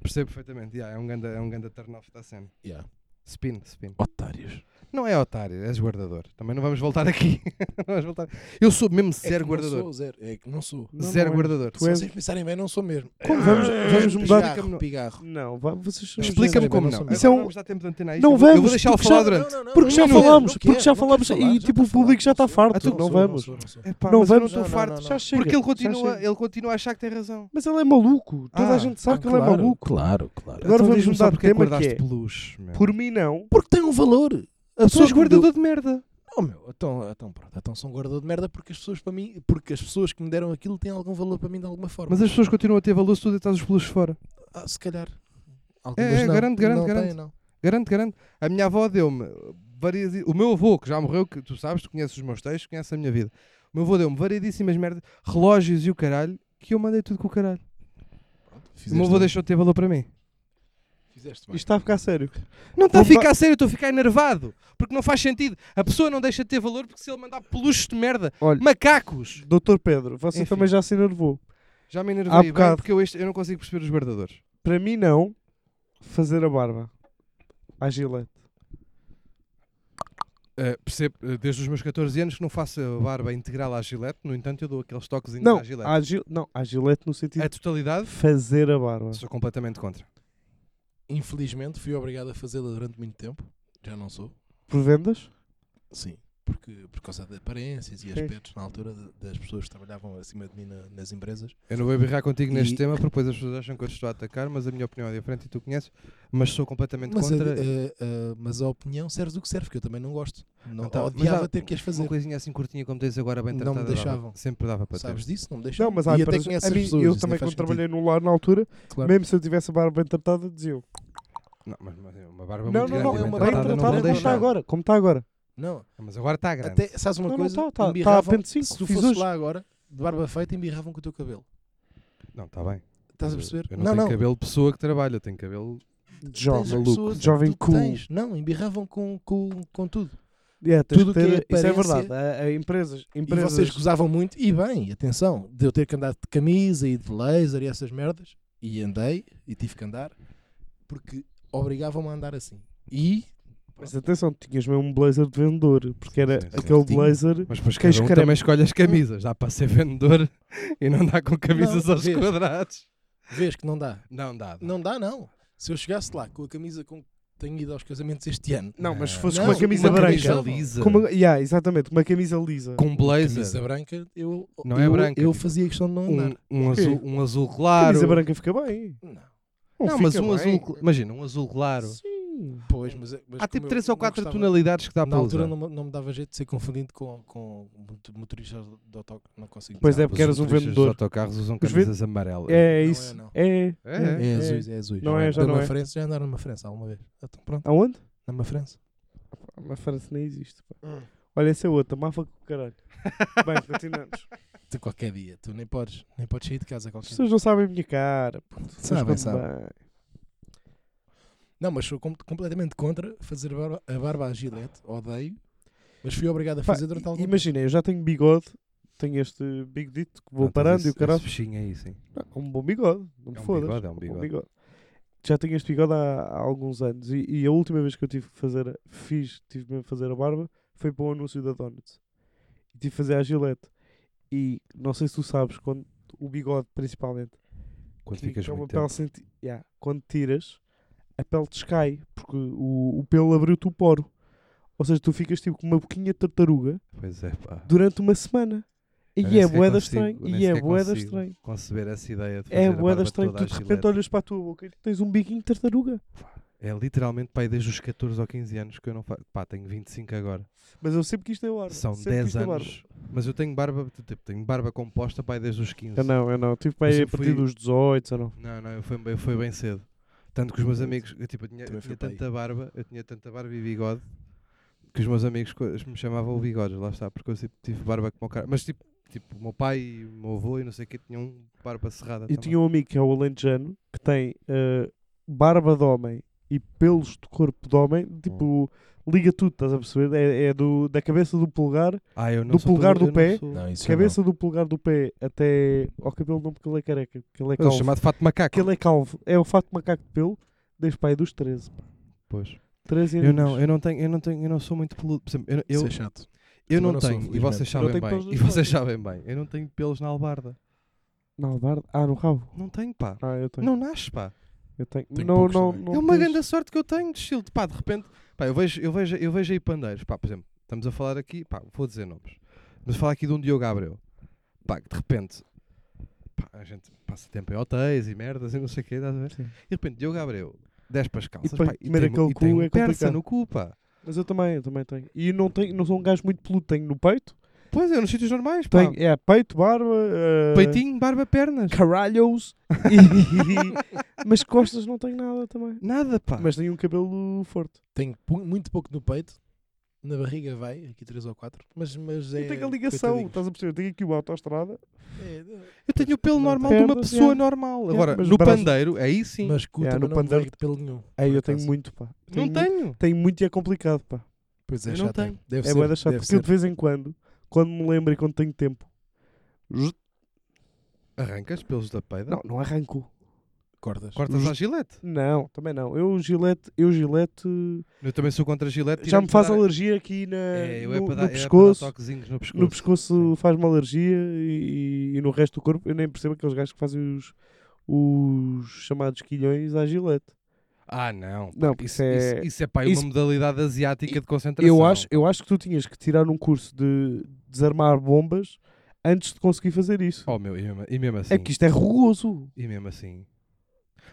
D: Percebo perfeitamente. Yeah, é um ganda, é um ganda turn off da cena.
C: Yeah.
D: Spin, spin.
C: Otários.
D: Não é otário, és guardador. Também não vamos voltar aqui. não vamos voltar. Eu sou
B: É
D: mesmo zero
C: É Não
D: guardador.
C: sou, zero. É que não sou.
B: Não,
D: zero
B: não é.
D: guardador.
B: Tu
C: Se
B: és-
C: vocês pensarem bem, não sou mesmo.
B: Como? Vamos- vamos mudar-
C: Pigarro, pigarro.
B: Não, vá, vocês são
D: Explica-me
C: Não,
D: como
C: não
D: não.
C: somos.
B: Isso é
D: Agora
B: um-
D: Vamos dar tempo de antena a isto.
B: Não
D: Eu vou- Eu vou
B: vamos,
D: deixá-lo
B: porque
D: falar
B: já-
D: durante.
B: Porque já
D: não quero,
B: falámos, porque já falámos e tipo o público já está farto,
D: Ah, tu-
B: não vamos.
D: Epá, mas
B: Não
D: eu
B: vamos.
D: não estou farto.
B: Já chega.
D: Porque ele
B: já
D: continua,
B: chega.
D: ele continua a achar que tem razão.
B: Mas ele é maluco, toda
D: Ah,
B: a gente sabe que ele é
C: claro,
B: maluco.
C: Claro, claro.
B: Agora
D: Então
B: vamos
D: diz-me
B: mudar
D: só
B: de
D: porque
B: tema, que
D: guardaste
B: é-
D: peluche, meu.
B: Por mim não.
C: Porque tem um valor.
D: Tu
C: A pessoa
D: és
C: que me deu-
D: guardador de merda.
C: Oh meu, então, então pronto, então são guardador de merda porque as pessoas para mim, porque as pessoas que me deram aquilo têm algum valor para mim de alguma forma.
D: Mas as pessoas continuam a ter valor se tu deitas os peluches fora.
C: Ah, se calhar.
D: É, é,
C: não.
D: garante, garante,
C: não
D: garante.
C: Têm, não.
D: Garanto, garanto. A minha avó deu-me várias. O meu avô, que já morreu, que tu sabes, tu conheces os meus textos, conheces a minha vida. O meu avô deu-me variedíssimas merdas, relógios e o caralho, que eu mandei tudo com o caralho. o meu avô deixou de ter valor para mim.
C: Fizeste
B: Isto está a ficar sério.
D: Não está a
B: Vamos lá-
D: ficar sério, estou a ficar enervado. Porque não faz sentido. A pessoa não deixa de ter valor porque se ele mandar peluches de merda,
B: Olha-
D: macacos.
B: Doutor Pedro, você
D: Enfim.
B: também já se enervou.
D: Já me
B: Há
D: enervei bem,
B: bocado.
D: porque eu, este- eu não consigo perceber os guardadores.
B: Para mim não, fazer a barba. À gilete.
D: Eh, percebo, eh, desde os meus 14 anos que não faço a barba integral à gilete, no entanto eu dou aqueles toques
B: Não,
D: à gilete.
B: à gil... não, à gilete no sentido
C: É.
D: A totalidade,
B: de fazer a barba.
D: sou completamente contra.
C: Infelizmente fui obrigado a fazê-la durante muito tempo. Já não sou.
B: Por vendas?
C: Sim. Porque, por causa de aparências e
B: Sim.
C: aspectos na altura de- das pessoas que trabalhavam acima de mim na- nas empresas.
D: Eu não vou birrar contigo neste
C: E-
D: tema porque depois as pessoas acham que eu te estou a atacar, mas a minha opinião é diferente e tu conheces, mas é sou completamente
C: Mas a,
D: contra.
C: a- a- eh, mas a opinião serve do que serve, que eu também não gosto. Não,
D: Então, mas
C: odiava
D: há
C: ter que as
D: Uma
C: fazer.
D: coisinha assim curtinha como tens agora bem
C: Não me
D: tratada. dava.
C: deixavam.
D: Sempre dava para
C: Sabes
D: ter.
C: disso? Não me deixa.
B: Não, mas
C: E
B: há
C: até
B: empresas-
C: conheço
B: a
C: as
B: mim-
C: pessoas,
B: Eu
C: isso nem
B: também,
C: faz
B: quando trabalhei num lar na altura,
C: Claro.
B: mesmo se eu tivesse a barba bem tratada, diziam:
D: Não, mas, mas é uma barba
B: Não,
D: muito
B: não,
D: grande.
B: não,
D: bem
B: é uma bem
C: barba
D: tratada,
B: tratada
D: não
C: vou
B: como está
C: deixar.
B: agora. Como está agora.
C: Não,
D: Mas agora está grande.
C: Até, sabes uma
B: Não, não,
C: coisa?
B: tá, tá, tá
C: Embirravam-
B: a 25,
C: Se tu
B: fiz
C: fosses
B: hoje.
C: lá agora, de barba feita, embirravam com o teu cabelo.
D: Não, está bem.
C: Estás a
D: Mas eu-
C: perceber?
D: Eu não, tenho cabelo de pessoa que trabalha, tenho cabelo.
C: Tens
B: Jovem,
C: pessoas que
B: jovem
C: tu
B: cool.
C: tens. Não, embirravam com, com, com tudo.
B: É, tens
C: Tudo
B: que ter-
C: que é
B: Isso é
C: aparência-
B: verdade. A, a empresas,
C: E
B: empresas
C: vocês gozavam muito. E bem, atenção, de eu ter que andar de camisa e de laser e essas merdas. E andei, e tive que andar, porque obrigavam-me a andar assim. E
B: Mas atenção, tinhas mesmo um blazer de vendedor, porque era
D: Sim, sim,
B: aquele
C: sim.
B: blazer.
D: Mas depois
B: Queijo
D: cada um
B: creme.
D: também escolhe as camisas. Dá para ser vendedor e não dá com camisas
C: Não,
D: aos
C: vês.
D: quadrados.
C: vês que não dá.
D: Não dá. dá.
C: Não dá, não. Se eu chegasse lá com a camisa com que tenho ido aos casamentos este ano,
B: Não, mas se fosses
C: Não,
B: com uma camisa
D: uma
B: branca.
D: camisa lisa.
B: Com uma, yeah, exatamente, uma camisa lisa.
D: Com blazer.
C: camisa branca, eu,
D: Não é
C: eu-
D: branca,
C: eu
D: tipo,
C: fazia questão de não andar.
D: um, um
B: quê?
D: azul, um azul claro.
B: Camisa branca fica bem.
C: Não.
B: Não,
D: Não, mas
B: fica
D: um
B: bem.
D: azul. cl- Imagina, um azul claro.
B: Sim.
C: Pois, mas, é, mas
D: Há tipo
C: como eu
D: 3 ou
C: não
D: 4
C: gostava-
D: tonalidades que dá
C: Na
D: para
C: altura
D: usar.
C: não, me- não me dava jeito de ser confundido com, com mot- motoristas de autocarro. Não consigo.
B: Pois
C: dizer.
B: é, porque eras um
D: motoristas Os
B: vendedor.
D: autocarros usam
B: Os
D: camisas amarelas.
B: É
C: Não é,
B: isso.
C: não.
B: É.
D: É,
C: É,
D: é.
C: azuis, é azuis.
B: Não é, já
C: Da
B: não é.
C: Mafrense, já andaram numa França alguma vez. Então pronto,
B: Aonde?
C: na Mafrense.
D: Hum.
B: A França nem existe. pá. Olha, essa é outra. Máfia com o caralho. Bem, continuamos.
C: Tu qualquer dia, tu nem podes, nem podes sair de casa
B: As
C: qualquer dia.
B: pessoas não sabem a minha cara. puto. Mas
C: Sabem,
B: quando
C: sabem.
B: vai-
C: Não, mas sou com- completamente contra fazer a barba, a barba à gilete, odeio, mas fui obrigado a
B: Pá,
C: fazer durante algum tempo.
B: Imagina, eu já tenho bigode, tenho este bigodito que vou
D: Ah, tens
B: parando
D: esse-
B: e o caralho.
D: esse bichinho aí, sim.
B: Não, Um bom bigode, não me
D: É um
B: fodas.
D: bigode, é um bigode.
B: Já tenho este bigode há, há alguns anos e, e a última vez que eu tive que fazer, a- fiz, tive mesmo que fazer a barba foi para o anúncio da Donuts. E tive que fazer a gilete. E não sei se tu sabes, quando o bigode principalmente,
D: Quando
B: que-
D: ficas
B: que é uma
D: muito
B: pele
D: tempo.
B: senti- Yeah, Quando tiras, a pele descai, porque o, o pelo abriu-te o poro. Ou seja, tu ficas tipo com uma boquinha de tartaruga
D: Pois é, pá.
B: durante uma semana.
D: Eu
B: E
D: nem
B: é
D: sequer
B: boeda
D: consigo-
B: estranho.
D: nem
B: E é
D: sequer
B: boeda
D: consigo
B: estranho.
D: Conceber essa ideia de fazer
B: É
D: a
B: boeda
D: barba
B: estranho.
D: toda
B: Tu
D: à
B: de repente
D: gilete.
B: olhas para a tua boca e tens um biquinho de tartaruga.
D: É literalmente, pá, aí desde os 14 ou 15 anos que eu não faço. Pá, tenho 25 agora.
B: Mas eu sempre quis ter barba.
D: São
B: sempre
D: 10
B: quis ter barba.
D: anos. Mas eu tenho barba, tipo, tenho barba composta, pá, desde os 15.
B: Eu não, eu não. Tive para
D: Eu
B: aí a
D: sempre
B: partir
D: fui-
B: dos 18 ou não.
D: Não, não, eu fui, eu fui bem cedo. Tanto que os meus amigos, eu, tipo, eu tinha, eu
C: Também fui
D: tinha
C: para aí.
D: tanta barba, eu tinha tanta barba e bigode, que os meus amigos co- me chamavam o bigode, lá está, porque eu sempre tive barba como o cara. Mas tipo, tipo, o meu pai e o meu avô e não sei o que tinham barba cerrada.
B: Eu
D: também.
B: tinha um amigo que é o Alentejano que tem eh, barba de homem e pelos de corpo de homem, tipo,
D: Hum.
B: liga tudo, estás a perceber? É, é do, da cabeça do polegar,
D: Ah, eu não
B: do
D: sou
B: polegar
D: todo-
B: do
D: eu não
B: pé,
D: sou-
C: Não, isso é eu
B: cabeça do polegar do pé até ao cabelo, não porque ele é careca, porque ele é
D: Eu
B: calvo.
D: chamado fato de macaco.
B: Porque ele é calvo, é o fato de macaco de pelo, desde pai dos 13. pá.
D: Pois.
B: 13
D: Eu não, eu não tenho, eu não tenho, eu não sou muito peludo. Por exemplo, eu,
C: não.
D: eu,
C: Isso é chato.
D: eu
C: Também
D: não
C: não sou,
D: tenho, e
C: felizmente.
D: vocês
B: Eu não
D: sabem
B: tenho pelos
D: bem,
B: nos
D: e vocês
B: olhos.
D: sabem bem, eu não tenho pelos na albarda.
B: Na albarda? Ah, no rabo?
D: Não tenho, pá.
B: Ah, eu tenho.
D: Não nasce, pá.
B: eu tenho.
C: Tenho
B: não,
C: poucos
B: não,
C: também.
B: não
D: é uma
B: tens-
D: grande sorte que eu tenho de estilo. de, Pá, de repente, pá, eu vejo, eu vejo, eu vejo aí pandeiros, pá, por exemplo, estamos a falar aqui, pá, vou dizer nomes. Vamos falar aqui de um Diogo Gabriel. Pá, que de repente, pá, a gente passa tempo em hotéis e merdas e não sei o quê, estás a ver?
B: Sim.
D: E de repente, Diogo Gabriel, 10 para as calças,
B: depois
D: pá, e
B: comer
D: tem,
B: aquele
D: e tem
B: cu
D: um
B: é
D: persa
B: complicado.
D: no cu, pá.
B: Mas eu também, eu também tenho. E não, tenho, não sou um gajo muito peludo, tenho no peito.
D: Pois é, nos sítios normais, pá.
B: Tenho, é peito, barba, eh,
D: Peitinho, barba, pernas.
B: caralhos. E- mas costas não tenho nada também.
D: Nada, pá.
B: Mas tenho um cabelo forte.
C: Tenho pu- muito pouco no peito, na barriga vai, aqui 3 ou 4, mas, mas é.
B: e tenho a ligação, então.
C: coitadinhos.
B: estás a perceber? Tenho aqui uma autoestrada.
C: É,
D: eu tenho o pelo
C: Não
D: normal
B: tem.
D: de uma
B: Pernas,
D: pessoa
B: é.
D: normal.
B: É,
D: Agora,
B: mas
D: no
B: braços-
D: pandeiro, aí sim.
C: Mas cu
B: Yeah,
C: também
B: no
C: não me vai
B: pandeiro-
C: pelo nenhum.
B: Aí
C: por
B: eu tenho
C: acaso.
B: muito, pá.
D: não
B: tenho
D: tenho.
B: Tenho muito e é complicado, pá.
C: Pois é,
D: Eu não
C: chato, é.
D: tenho.
C: Deve
B: é
C: ser,
B: bué da chato,
C: deve
B: porque eu
C: ser.
B: de vez em quando, quando me lembro e quando tenho tempo, zzz,
D: Arrancas pelos da peida?
B: não, não arranco.
C: Cortas.
D: Cortas a gilete?
B: Não, também não. Eu gilete, eu gilete,
D: Eu também sou contra a gilete.
B: já me
D: tirando
B: faz
D: para dar-
B: alergia aqui na,
D: É, eu é
B: no,
D: para
B: no
D: dar, é para dar
B: pescoço.
D: toquezinhos no pescoço.
B: No pescoço faz-me alergia e, e no resto do corpo eu nem percebo aqueles gajos que fazem os, os chamados quilhões à gilete.
D: Ah, não.
B: Não,
D: pá,
B: porque isso é-
D: isso é pá, aí
B: isso-
D: uma modalidade asiática de concentração.
B: Eu acho, eu acho que tu tinhas que tirar um curso de desarmar bombas antes de conseguir fazer isso.
D: Oh, meu, e mesmo, e mesmo assim.
B: é que isto é rugoso.
D: E mesmo assim.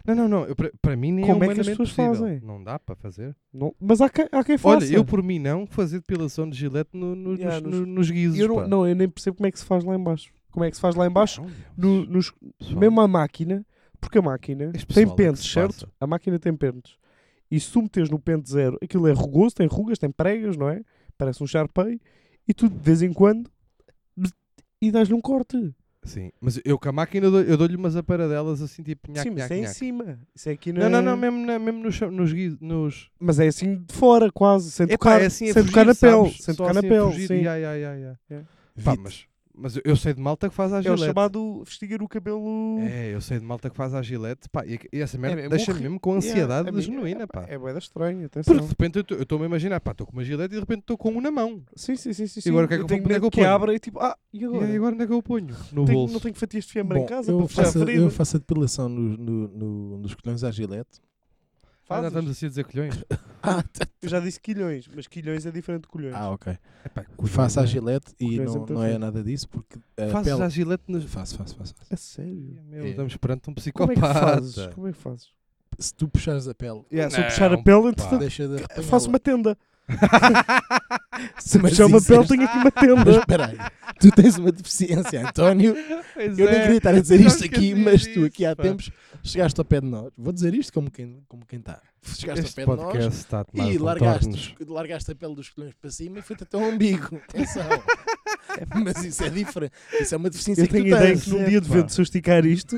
D: Não, não, não. eu- para- Para mim nem
B: Como
D: é
B: é que as
D: humanamente
B: pessoas
D: possível.
B: fazem?
D: Não dá para fazer.
B: Não- mas há, quem- há quem faça.
D: Olha, eu por mim não fazer depilação de gilete no- no-
B: Yeah,
D: nos,
B: nos-
D: no- nos guizos.
B: Eu não,
D: pá.
B: não, eu nem percebo como é que se faz lá em baixo. Como é que se faz lá em baixo?
D: Não,
B: No, nos,
D: pessoal.
B: mesmo a máquina, porque a máquina
D: Este pessoal é
B: tem
D: que
B: pentes,
D: se
B: certo?
D: passa.
B: A máquina tem pentes. E se tu meteres no pente zero, aquilo é rugoso, tem rugas, tem pregas, não é? Parece um Sharpei. E tu de vez em quando bzz, e dás-lhe um corte.
D: Sim, mas eu com a máquina dou- eu dou-lhe umas aparedelas assim, tipo, nhac,
B: Sim, mas
D: nhac,
B: isso é em
D: nhac.
B: cima. Isso é aqui na...
D: Não, não, não, mesmo, na- mesmo nos, nos, guizos- nos,
B: Mas é assim de fora, quase, sem
D: É
B: tocar,
D: pá, é assim a
B: sem
D: fugir,
B: tocar na
D: sabes?
B: pele. Sem
D: Só
B: tocar na
D: assim a
B: pele,
D: fugir,
B: sim.
D: ya, ya, ya, ya. Pá,
C: Vite.
D: mas, mas eu sei de malta que faz a
B: É o
D: gilete.
B: chamado vestigar o cabelo...
D: É, eu sei de malta que faz a gilete. Pá, e, e essa merda
B: É mesmo
D: deixa-me
B: horrível.
D: mesmo com ansiedade
B: Yeah, a mim-
D: genuína,
B: é,
D: pá.
B: É boeda estranha, atenção.
D: Porque de repente eu estou-me a imaginar, pá, estou com uma gilete e de repente estou com um na mão.
B: Sim, sim, sim. sim, sim.
D: agora o que é que eu
B: eu tenho
D: vou- onde é que eu
B: medo que
D: ponho?
B: abra e tipo, ah, e
D: E
B: agora?
D: aí, agora onde é que eu o ponho? No
B: Tenho-
D: bolso.
B: não tenho fatias de fiambre
C: Bom,
B: em casa
C: eu
B: para fechar
C: faço,
B: a ferida.
C: eu faço a depilação no, no, no- nos colhões à gilete.
D: Ah, já
B: Fazes?
D: estamos assim a dizer colhões.
B: Eu já disse quilhões, mas quilhões é diferente de colhões.
C: Ah, ok.
D: Epá,
C: Faço à gilete e
B: Colhões é
C: não,
B: muito
C: não é
B: feio.
C: nada disso porque a
D: né? Fazes
C: pele...
D: a gilete nas...
C: Faço, faço, faço. faço.
B: a sério?
D: Meu,
C: É.
D: estamos perante um
B: Como é que
D: psicopata.
B: fazes? Como é que fazes?
C: Se tu puxares a pele,
B: Yeah, se eu
D: Não,
B: puxar a pele,
D: pá.
B: entretanto,
C: deixa de apanhá-la.
B: faço uma tenda. Se
C: Mas
B: puxar uma
C: isso
B: pele,
C: é-
B: tenho aqui uma
C: Mas
B: tenda.
C: espera aí, tu tens uma deficiência, António.
D: Pois
C: Eu nem
D: é.
C: queria estar a dizer
D: Já
C: isto aqui,
D: esqueci
C: mas tu aqui
D: disso,
C: há
D: pá.
C: tempos chegaste ao pé de nós. Vou dizer isto como quem, como quem está. Chegaste
D: Este
C: ao pé de nós
D: podcast está a tomar
C: e
D: contornos.
C: largaste, largaste a pele dos colhões para cima e foi-te até ao umbigo. Atenção. Mas isso é diferente. Isso é uma deficiência
B: Eu
C: que tu
B: tenho ideia
C: tens.
B: que é, num dia de vento, se eu esticar isto,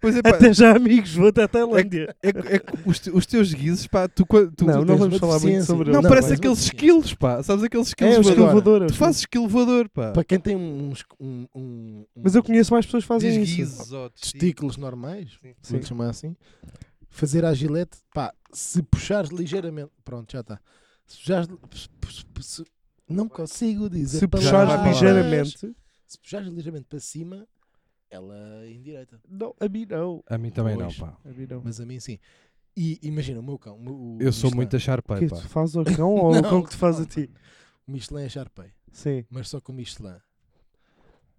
D: Pois é, pá,
B: até já amigos, vou até a Tailândia.
D: é que- é que os, te- os teus guizes, pá, tu, quan- tu,
B: Não,
D: tu-
B: não
C: tens
B: vamos
C: uma
B: falar muito
C: deficiência.
B: sobre
D: Não,
B: ele.
C: Não,
D: parece
C: mas é
D: aqueles
C: não tinha.
D: skills, pá. Sabes aqueles skills
B: É, os
C: agora.
D: voador?
B: escavadores.
D: Tu fazes skill voador, pá.
C: Para quem tem uns, um, um-
B: Mas eu conheço mais pessoas que fazem
D: Diz
B: isso.
D: guizes ou testículos.
C: testículos normais,
D: Sim.
C: vou chamar assim, fazer à gilete, pá, se puxares ligeiramente, pronto, já está. Se puxares, se- se- se- não consigo dizer.
B: Se
C: palavras.
D: vai
B: puxares
D: para lá.
B: ligeiramente.
C: Se puxares ligeiramente para cima, ela é indireita.
B: Não, a mim não.
D: A mim também
C: Pois.
D: não, pá.
B: A mim não.
C: Mas a mim sim. E imagina, o meu cão. o meu- o
D: Eu sou
C: Michelin.
D: muito a
B: O que
D: charpeiro, pá.
B: tu fazes ao cão ou ao
C: Não,
B: cão que te faz a ti?
C: O Michelin é Sharpei,
B: Sim.
C: mas só com o Michelin.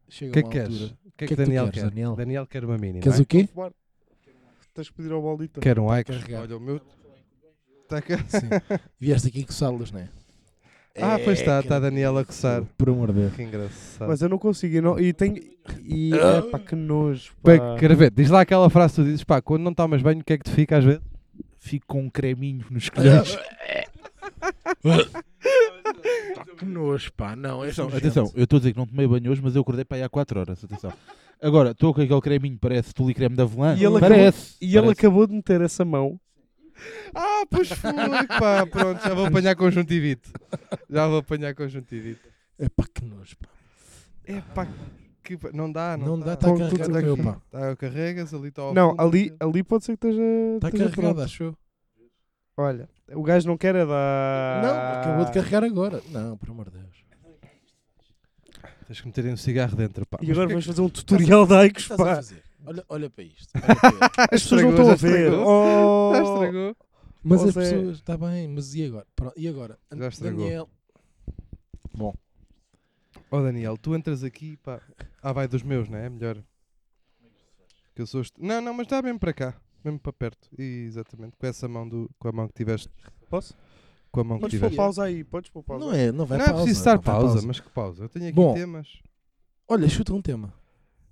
C: Chega
D: O que é
C: uma
D: que queres?
C: altura-
D: O que é
C: O que
D: que
C: é que tu
D: Daniel
C: queres,
D: quer?
C: Daniel?
D: Daniel quer uma mini,
C: Queres
D: não
C: o quê?
B: Tens que pedir ao Paulito.
D: é? Quer um Icos.
C: Carregar.
D: Olha o meu... Tá cá.
C: Sim. Vieste aqui coçá-los, não é? um
D: Ah, pois está, está a
C: cara,
D: Daniel a coçar.
C: Por amor de Deus.
D: Que engraçado.
B: Mas eu não consigo. eu não- E tenho. E.
C: Ah.
B: Epá, que nojo.
D: Pá,
B: Pá.
D: quero ver, diz lá aquela frase que tu dizes, pá, quando não tomas banho, o que é que te fica às vezes?
E: Fico com um creminho nos colhões.
C: Que nojo, pá. Não, é
E: Atenção,
C: nojento.
E: atenção, eu estou a dizer que não tomei banho hoje, mas eu acordei para aí há 4 horas. Atenção. Agora, estou com aquele creminho, parece tule creme da Avelã.
B: E ele
E: parece.
B: E ele
E: parece.
B: acabou de meter essa mão.
D: Ah, pois foi, pá, pronto, já vou apanhar conjuntivite. Já vou apanhar conjuntivite.
C: É pá, que nojo, pá.
D: É pá, que... pa- não dá, Ah, não,
C: Não dá, tá-
D: dá.
C: está
B: Bom,
C: carregado
B: tudo
C: o meu, pá.
D: Tá, carregas ali, está ao
B: Não,
D: fundo.
B: ali, ali pode ser que esteja.
C: Está
B: esteja
C: Oh, Tá carregado,
B: pronto.
C: achou?
B: Olha, o gajo não quer é dar.
C: Não, acabou de carregar agora. Não, por amor de Deus.
D: Tens que meterem um cigarro dentro, pá.
B: E agora vamos fazer um tutorial de
C: O que
B: Aikos,
C: estás a
B: pá.
C: fazer? Olha, olha para isto. olha para ele.
B: As pessoas não
D: Estragou,
B: estão a
D: já
B: ver.
D: estragou.
B: Oh.
D: Já estragou.
C: Mas
B: Ou
C: as
B: seja-
C: pessoas, está bem, mas e agora? Pronto, e agora?
D: Já estragou.
C: Daniel,
D: Ó Daniel, tu entras aqui, pá. Ah, vai dos meus, não é? É melhor. Que eu sou este- Não, não, mas dá mesmo para cá. Mesmo para perto. E, exatamente. Com essa mão do. Com a mão que tiveste.
B: Posso?
D: Com a mão que
B: Podes
D: tiveste.
B: pôr pausa aí, podes pôr pausa.
C: não é, não vai
D: não é
C: pausa.
D: preciso estar
C: não vai
D: pausa, mas que pausa? Eu tenho aqui
C: Bom.
D: temas.
C: Olha, chuta um tema.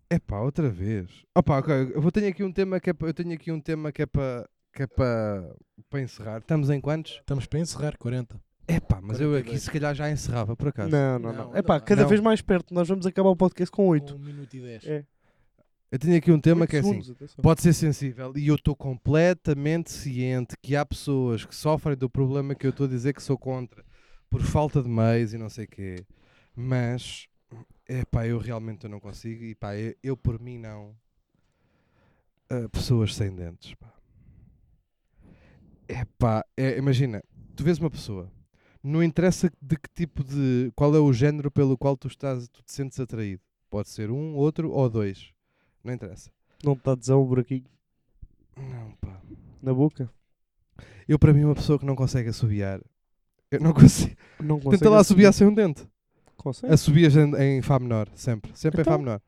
D: É pá, outra vez. Opa, ok. Eu vou- tenho aqui um tema que é para. Eu tenho aqui um tema que é para. Que é para. Para encerrar. Estamos em quantos?
C: Estamos para encerrar 40.
D: É pá, mas eu aqui
C: 42.
D: se calhar já encerrava por acaso.
B: Não, não,
C: Não,
B: não. É pá,
C: não.
B: cada
D: Não.
B: vez mais perto. Nós vamos acabar o podcast com 8.
C: 1 minuto e 10.
B: É.
D: Eu tenho aqui um tema
B: Oito
D: que é assim.
B: segundos, atenção.
D: Pode ser sensível e eu estou completamente ciente que há pessoas que sofrem do problema que eu estou a dizer que sou contra por falta de meios e não sei o quê, mas é pá, eu realmente não consigo e pá, eu, eu por mim não. Ah, pessoas sem dentes, pá. É pá, é, imagina, tu vês uma pessoa, não interessa de que tipo de. qual é o género pelo qual tu estás, tu te sentes atraído. Pode ser um, outro ou dois, não interessa.
B: Não te dá tesão o buraquinho
D: Não, pá.
B: na boca?
D: Eu, para mim, uma pessoa que não consegue assobiar. Eu não consigo.
B: Não consegue.
D: Tenta lá assobiar sem um dente.
B: Consegue?
D: Assobias em, em Fá menor, sempre. Sempre em Fá
B: Então.
D: menor.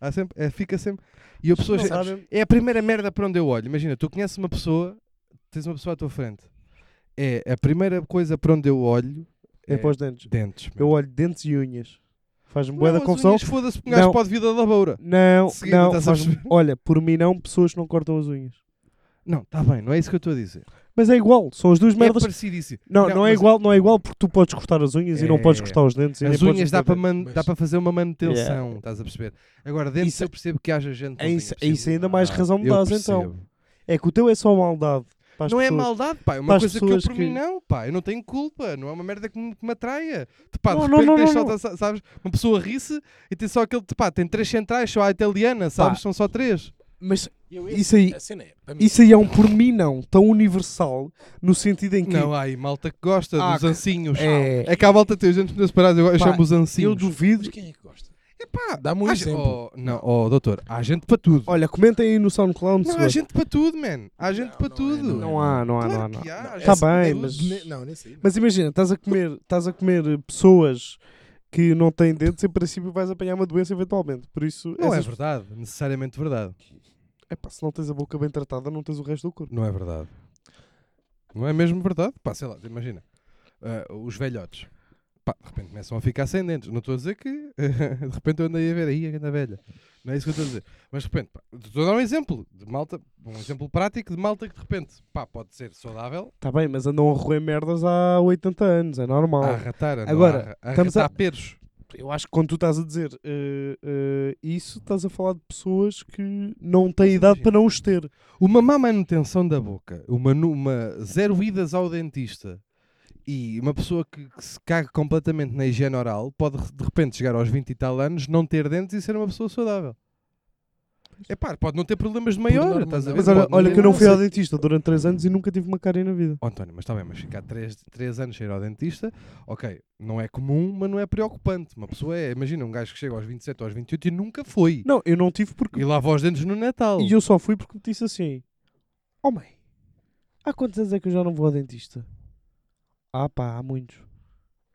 D: Há sempre, é, fica sempre. E a pessoa.
B: Não
D: che-
B: sabem.
D: É a primeira merda para onde eu olho. Imagina, tu conheces uma pessoa, tens uma pessoa à tua frente. É a primeira coisa para onde eu olho.
B: É para os dentes.
D: dentes.
B: Eu
D: meu.
B: olho dentes e unhas. Faz-me
D: Não,
B: boa da
D: as
B: confusão.
D: unhas, Foda-se, porque um gajo
B: Não.
D: pode vir da laboura.
B: Não,
D: De seguida,
B: não.
D: estás a
B: faz-me-
D: perceber?
B: Olha, por mim não, pessoas que não cortam as unhas.
D: Não, está bem, não é isso que eu estou a dizer.
B: Mas é igual, são as duas
D: É
B: merdas.
D: parecidíssimo.
B: Não, não, é
D: mas
B: igual, não é igual porque tu podes cortar as unhas e não
D: É.
B: podes cortar os dentes. e nem
D: As
B: podes
D: unhas dá
B: meter
D: para,
B: dentes.
D: man-
C: Mas-
D: dá para fazer uma manutenção,
B: Yeah.
D: estás a perceber? Agora, dentro
B: Isso-
D: eu percebo que haja gente que não
B: é
D: tenha
B: isso- é isso ainda mais razão me
D: Eu
B: dás,
D: percebo.
B: então. É que o teu é só maldade. para as
D: não é
B: pessoas.
D: maldade, pá. É
B: para
D: uma
B: as
D: coisa que eu
B: pessoas
D: por mim
B: que-
D: não, pá. Eu não tenho culpa. Não é uma merda que me, que me atraia. De, pá,
B: Não,
D: de
B: não,
D: repente
B: não,
D: tens
B: não,
D: só, sa- sabes, uma pessoa ri-se e tem só aquele, de, pá, tem três centrais, só a italiana, sabes? São só três.
B: Mas
C: Eu,
B: isso aí,
C: A cena é, para mim,
B: isso aí é um por mim não tão universal no sentido em que
D: Não, há aí malta que gosta
B: Ah,
D: dos
B: que-
D: ancinhos.
B: é,
D: É que há malta tem gente nas paradas, eu, eu
B: Pá,
D: chamo os
B: eu
D: ancinhos.
B: duvido.
C: mas quem é que gosta?
D: Epá,
C: Dá-me um
D: há-
C: exemplo.
D: oh, não, oh, doutor, há gente para tudo.
B: Olha, comentem aí no SoundCloud. se
D: Não, há
B: gostam.
D: gente para tudo, man. Há gente
C: Não,
D: para
C: não é,
D: tudo.
C: não é.
B: não há, não há,
D: Claro
B: não há.
D: que há,
C: Não,
D: gente
B: Tá
C: essa-
B: bem,
C: eu-
B: mas-
C: ne- Não, nem sei.
B: Mas imagina, estás a comer, estás a comer eh, pessoas que não têm dentes, em princípio vais apanhar uma doença eventualmente. Por isso,
D: Não é
B: essas-
D: verdade, necessariamente verdade.
B: Epá, se não tens a boca bem tratada, não tens o resto do corpo.
D: Não é verdade. Não é mesmo verdade? Pá, sei lá, imagina. Ah, os velhotes. pá, de repente começam a ficar sem dentes. Não estou a dizer que de repente eu andei a ver aí a grande velha. Não é isso que eu estou a dizer. Mas de repente, pá, estou a dar um exemplo de malta, um exemplo prático de malta que de repente pá, pode ser saudável
B: Está Tá bem, mas andam a roer merdas há 80 anos, é normal.
D: a arratar, andam
B: Agora,
D: a, arra- a
B: estamos a-
D: arratar peros.
B: Eu acho que quando tu estás a dizer eh, eh, isso, estás a falar de pessoas que não têm idade para não os ter.
D: Uma má manutenção da boca, uma, nu- uma zero idas ao dentista e uma pessoa que, que se caga completamente na higiene oral pode de repente chegar aos 20 e tal anos, não ter dentes e ser uma pessoa saudável. É pá, pode não ter problemas de maior,
C: norma,
D: estás a
C: não.
D: ver?
B: Mas olha,
D: Pode
B: olha
D: ter-
B: que eu não fui
D: sei.
B: ao dentista durante 3 anos e nunca tive uma cara na vida.
D: Oh, António, mas está bem, mas ficar 3, três anos sem ir ao dentista, ok, não é comum, mas não é preocupante. Uma pessoa é, imagina um gajo que chega aos 27 ou aos 28 e nunca foi.
B: Não, eu não tive porque.
D: E lava os dentes no Natal.
B: E eu só fui porque me disse assim: Oh mãe, há quantos anos é que eu já não vou ao dentista? Ah pá, há muitos.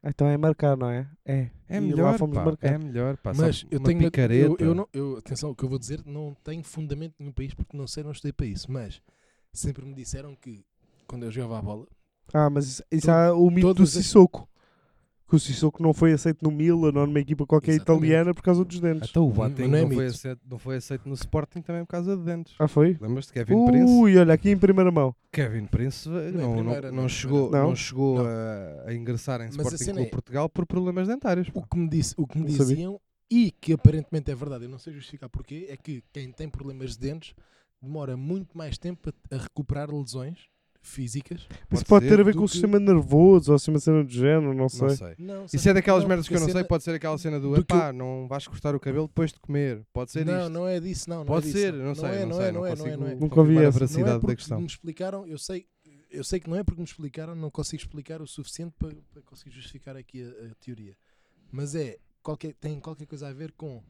B: Então é marcar, não é? É.
D: É
B: E lá
D: melhor,
B: fomos
D: pá,
B: marcar.
D: é melhor, pá.
C: Mas
D: sabe,
C: eu
D: uma
C: tenho. Eu,
D: picareta.
C: eu não, eu, atenção, o que eu vou dizer não tem fundamento nenhum para isto porque não sei, não estudei para isso. Mas sempre me disseram que quando eu jogava a bola,
B: Ah, mas isso, isso
C: To-
B: há o mito do
C: todos a-
B: Sissoko. Que o Sissoko não foi aceito no Milan ou numa equipa qualquer
C: Exatamente.
B: italiana por causa dos dentes.
D: Até o
C: Mas
D: Boateng
C: não é
D: não, foi
C: mito.
D: aceito, não foi aceito no Sporting também por causa de dentes.
B: Ah, foi?
D: Lembras-te de Kevin Prince?
B: Ui, olha, aqui em primeira mão.
D: Kevin Prince eh,
C: Não
D: não,
C: é
D: não,
C: primeira,
D: não
C: não é
D: chegou,
B: primeira.
D: não.
B: Não.
D: chegou
C: Não.
D: A, a ingressar em
C: Mas a
D: Sporting
C: cena
D: Clube
C: é-
D: Portugal por problemas dentários. pá.
C: o que me, disse, o que me
B: Não sabia.
C: diziam e que aparentemente é verdade, eu não sei justificar porquê, é que quem tem problemas de dentes demora muito mais tempo a, a recuperar lesões físicas.
D: Pode
B: Isso pode ter
D: ser
B: a ver
D: do
B: com o
D: que-
B: sistema nervoso ou assim uma cena do género, não sei.
D: Não sei.
C: Não,
D: Isso é daquelas
C: não,
D: merdas que eu
C: porque
D: não
C: a
D: sei,
C: cena-
D: pode ser aquela cena do
C: do que eu-
D: epá, não vais cortar o cabelo depois de comer. Pode ser
C: Não,
D: isto.
C: não é disso, não. não
D: Pode
C: é disso,
D: ser, não sei,
C: é,
D: não
C: é,
D: sei,
C: não
D: não
C: é, não é,
D: consigo-
C: não é.
B: Nunca ouvi
D: Confirmar a
B: essa.
C: Não é
D: veracidade da
C: porque
D: questão.
C: me explicaram, eu sei, eu sei que não é porque me explicaram, não consigo explicar o suficiente para, para conseguir justificar aqui a, a teoria. Mas é, qualquer, tem qualquer coisa a ver com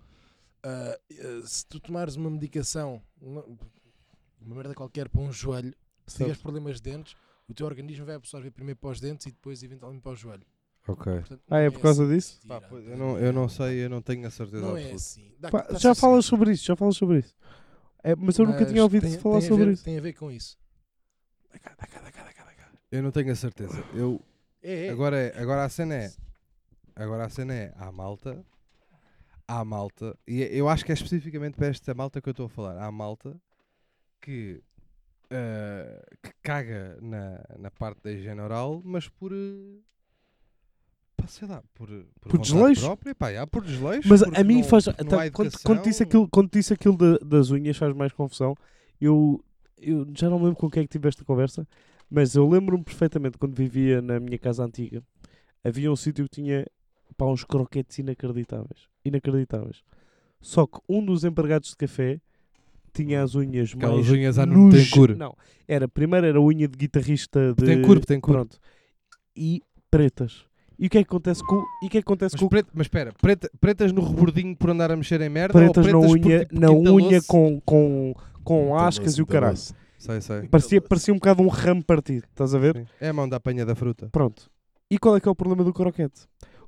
C: ah, ah, se tu tomares uma medicação, uma, uma merda qualquer para um joelho, se tiveres problemas de dentes, o teu organismo vai absorver primeiro para os dentes e depois eventualmente para o joelho.
D: Ok.
C: Portanto,
B: Ah, é
C: não
B: por causa
C: assim
B: disso?
C: que se
D: Pá,
C: tira.
D: pois, eu, não, eu não sei, eu não tenho a certeza
C: Não é
D: absoluta.
C: assim. Dá-
B: Pá, tá
C: dá-se
B: já
C: assim.
B: falas sobre isso, já falas sobre isso. É, mas eu nunca
C: Mas
B: tinha ouvido
C: tem-
B: falar
C: tem a
B: sobre
C: ver-
B: isso.
C: Tem a ver com isso. Dá cá, dá cá, dá cá, dá cá, dá cá.
D: Eu não tenho a certeza. Eu,
C: É, é.
D: agora, é- agora a cena é. Agora a cena é. Há malta. Há malta. E eu acho que é especificamente para esta malta que eu estou a falar. Há malta que. eh, que caga na, na parte da higiene oral, mas por. eh, pá, sei lá, por.
B: Por
D: vontade
B: desleixo?
D: Própria, pá, já, por desleixo.
B: Mas
D: porque
B: a mim
D: não-
B: faz.
D: porque não
B: tá,
D: há
B: quando, quando disse
D: educação.
B: aquilo, quando disse aquilo da- das unhas, faz mais confusão. Eu, eu já não me lembro com quem é que tive esta conversa, mas eu lembro-me perfeitamente quando vivia na minha casa antiga. Havia um sítio que tinha pá, uns croquetes inacreditáveis. Inacreditáveis. Só que um dos empregados de café tinha as unhas mais.
D: Aquelas unhas à
B: nojen-
D: Nuttencourt.
B: Não, era, primeiro era a unha de guitarrista de.
D: Tem curva, tem curva.
B: Pronto. E pretas. E o que é que acontece com, e o que é que acontece
D: Mas,
B: com o
D: preto- mas espera, preta- pretas no rebordinho por andar a mexer em merda
B: pretas na
D: ou pretas por,
B: unha,
D: tipo,
B: na unha
D: quintalou-se?
B: com, com, com
C: Então,
B: lascas
C: doce,
B: e o
C: então,
B: caralho.
C: doce.
D: Sei, sei.
B: Parecia, parecia um bocado um ramo partido, estás a ver?
D: Sim. É a mão da apanha da fruta.
B: Pronto. E qual é que é o problema do croquete?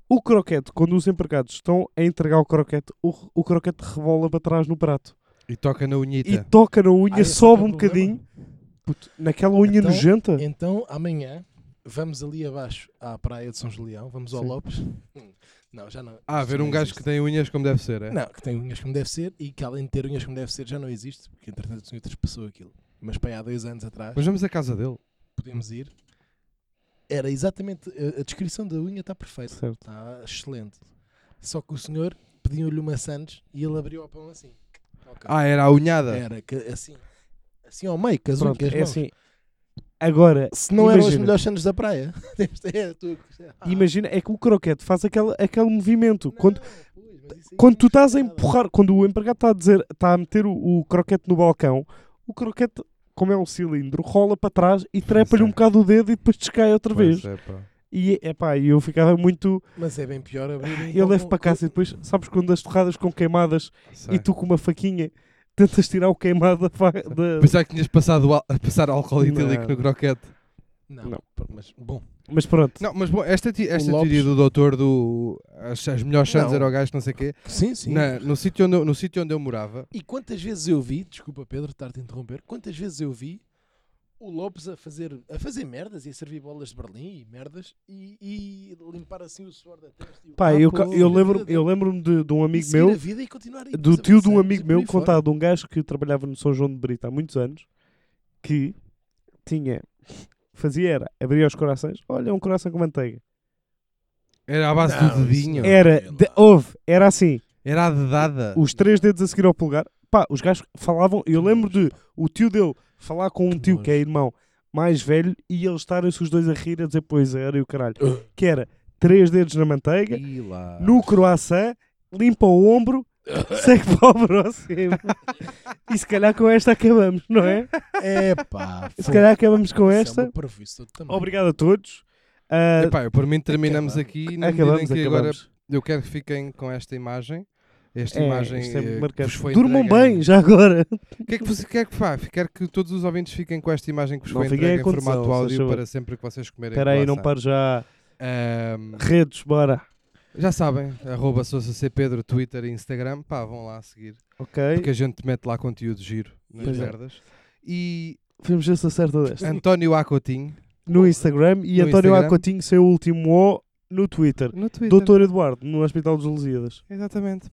B: O croquete, quando os empregados estão a entregar o croquete, o, o croquete rebola para trás no prato.
D: E toca na
B: E
D: unhita.
B: toca na
C: Ah,
B: unha,
C: esse é que
B: sobe
C: é o
B: um
C: problema.
B: bocadinho. Puto, naquela unha
C: Então,
B: nojenta.
C: Então, amanhã, vamos ali abaixo à praia de São Julião, vamos ao
B: Sim.
C: Lopes. Hum, Não, já não.
D: Ah,
C: isto
D: ver
C: já
D: um
C: não
D: gajo que
C: existe.
D: tem unhas como deve ser, é?
C: Não, que tem unhas como deve ser e que além de ter unhas como deve ser já não existe, porque entretanto o senhor trespassou aquilo. Mas bem, há dois anos atrás,
D: Mas vamos à casa dele.
C: podemos ir. Era exatamente. A, a descrição da unha está perfeita.
B: Certo.
C: Está excelente. Só que o senhor pediu-lhe uma Sandes e ele abriu o pão assim. Ok.
D: Ah, era a unhada.
B: É.
C: Era que, assim. Assim ao meio, com as
B: Pronto,
C: unhas,
B: é
C: mãos.
B: assim. Agora,
C: Se não eram os
B: Imagina.
C: melhores sandes da praia. Esta é a tua. Ah,
B: imagina, é que o croquete faz aquele, aquele movimento.
C: não,
B: Quando,
C: pois, mas isso aí
B: quando
C: não
B: tu estás a
C: é nada.
B: empurrar, quando o empregado está a dizer, está a meter o, o croquete no balcão, o croquete, como é um cilindro, rola para trás e trepa-lhe um bocado o dedo e depois descai outra vez.
D: Pois é, pá.
B: E é pá, eu ficava muito.
C: Mas é bem pior abrir.
B: eu
C: então
B: levo
C: com-
B: para casa e depois, sabes, quando as torradas com queimadas
D: Sei.
B: e tu com uma faquinha tentas tirar o queimado da. fa- da-
D: Pensava que tinhas passado al- a passar álcool etílico
B: Não.
D: no croquete.
C: Não,
B: Não.
C: mas bom.
B: Mas pronto,
D: Não, mas bom, esta, ti- esta
C: Lopes-
D: teoria do doutor do. As, as melhores chances
C: Não.
D: era o gajo, não sei o quê.
C: Sim, sim.
D: Na- no, sítio onde eu, no sítio onde eu morava,
C: E quantas vezes eu vi, desculpa Pedro, estar-te a interromper, quantas vezes eu vi o Lopes a fazer, a fazer merdas e a servir bolas de Berlim e merdas e, e limpar assim o suor da testa. e o
B: Pá,
C: capo,
B: eu, ca- eu
C: e a
B: lembro-
C: vida dele.
B: eu lembro-me de, de um
C: E
B: amigo
C: seguir
B: meu
C: a vida e continuar aí,
B: do
C: sabe?
B: tio de
C: Sabe?
B: um amigo
C: Por
B: meu
C: aí fora.
B: contado de um gajo que trabalhava no São João de Brito há muitos anos que tinha fazia era abria os corações olha um coração com manteiga
D: Era à base
C: Não,
D: do
C: isso
D: dedinho.
C: não.
B: era
C: sei lá.
B: de, houve era assim
D: Era a dedada.
B: os três dedos a seguir ao polegar pá os gajos falavam eu lembro de o tio dele falar com um tio que é irmão mais velho e eles estarem-se os dois a rir a dizer pois era e o caralho que era três dedos na manteiga
D: E lá.
B: no croissant, limpa o ombro, segue para o próximo. e se calhar com esta acabamos, não é?
C: É pá.
B: Se calhar acabamos com
C: Isso é
B: esta. Hum.
C: uma parvoíce toda também.
B: Obrigado a todos. Ah,
D: Epá, eu, por mim terminamos
C: Acabamos.
D: aqui. Na medida em
B: acabamos,
D: que agora
B: acabamos.
D: eu quero que fiquem com esta imagem. Esta
B: É,
D: imagem
B: isto é
D: eh,
B: muito
D: que
B: marcante.
D: vos foi
B: Durmam
D: entregue em-
B: bem, já agora.
D: O que é que você quer que faça? Quero que todos os ouvintes fiquem com esta imagem que vos
B: Não
D: foi
B: fiquem
D: entregue
B: a
D: em
B: condição,
D: formato
B: se
D: áudio
B: achou.
D: para sempre que vocês comerem
B: Espera aí, não
D: croissant.
B: paro já.
D: Ahm,
B: Redes, bora.
D: já sabem, arroba Sousa C. Pedro, Twitter e Instagram. Pá, vão lá seguir.
B: Ok.
D: Porque a gente mete lá conteúdo giro nas
B: Pois é.
D: merdas. E
B: Vamos ver se acerta desta.
D: António Acotinho
B: No Instagram e
D: No
B: António
D: Instagram.
B: Acotinho, seu último O, no Twitter.
D: no Twitter.
B: Doutor Eduardo, no Hospital dos Lusíadas.
D: Exatamente.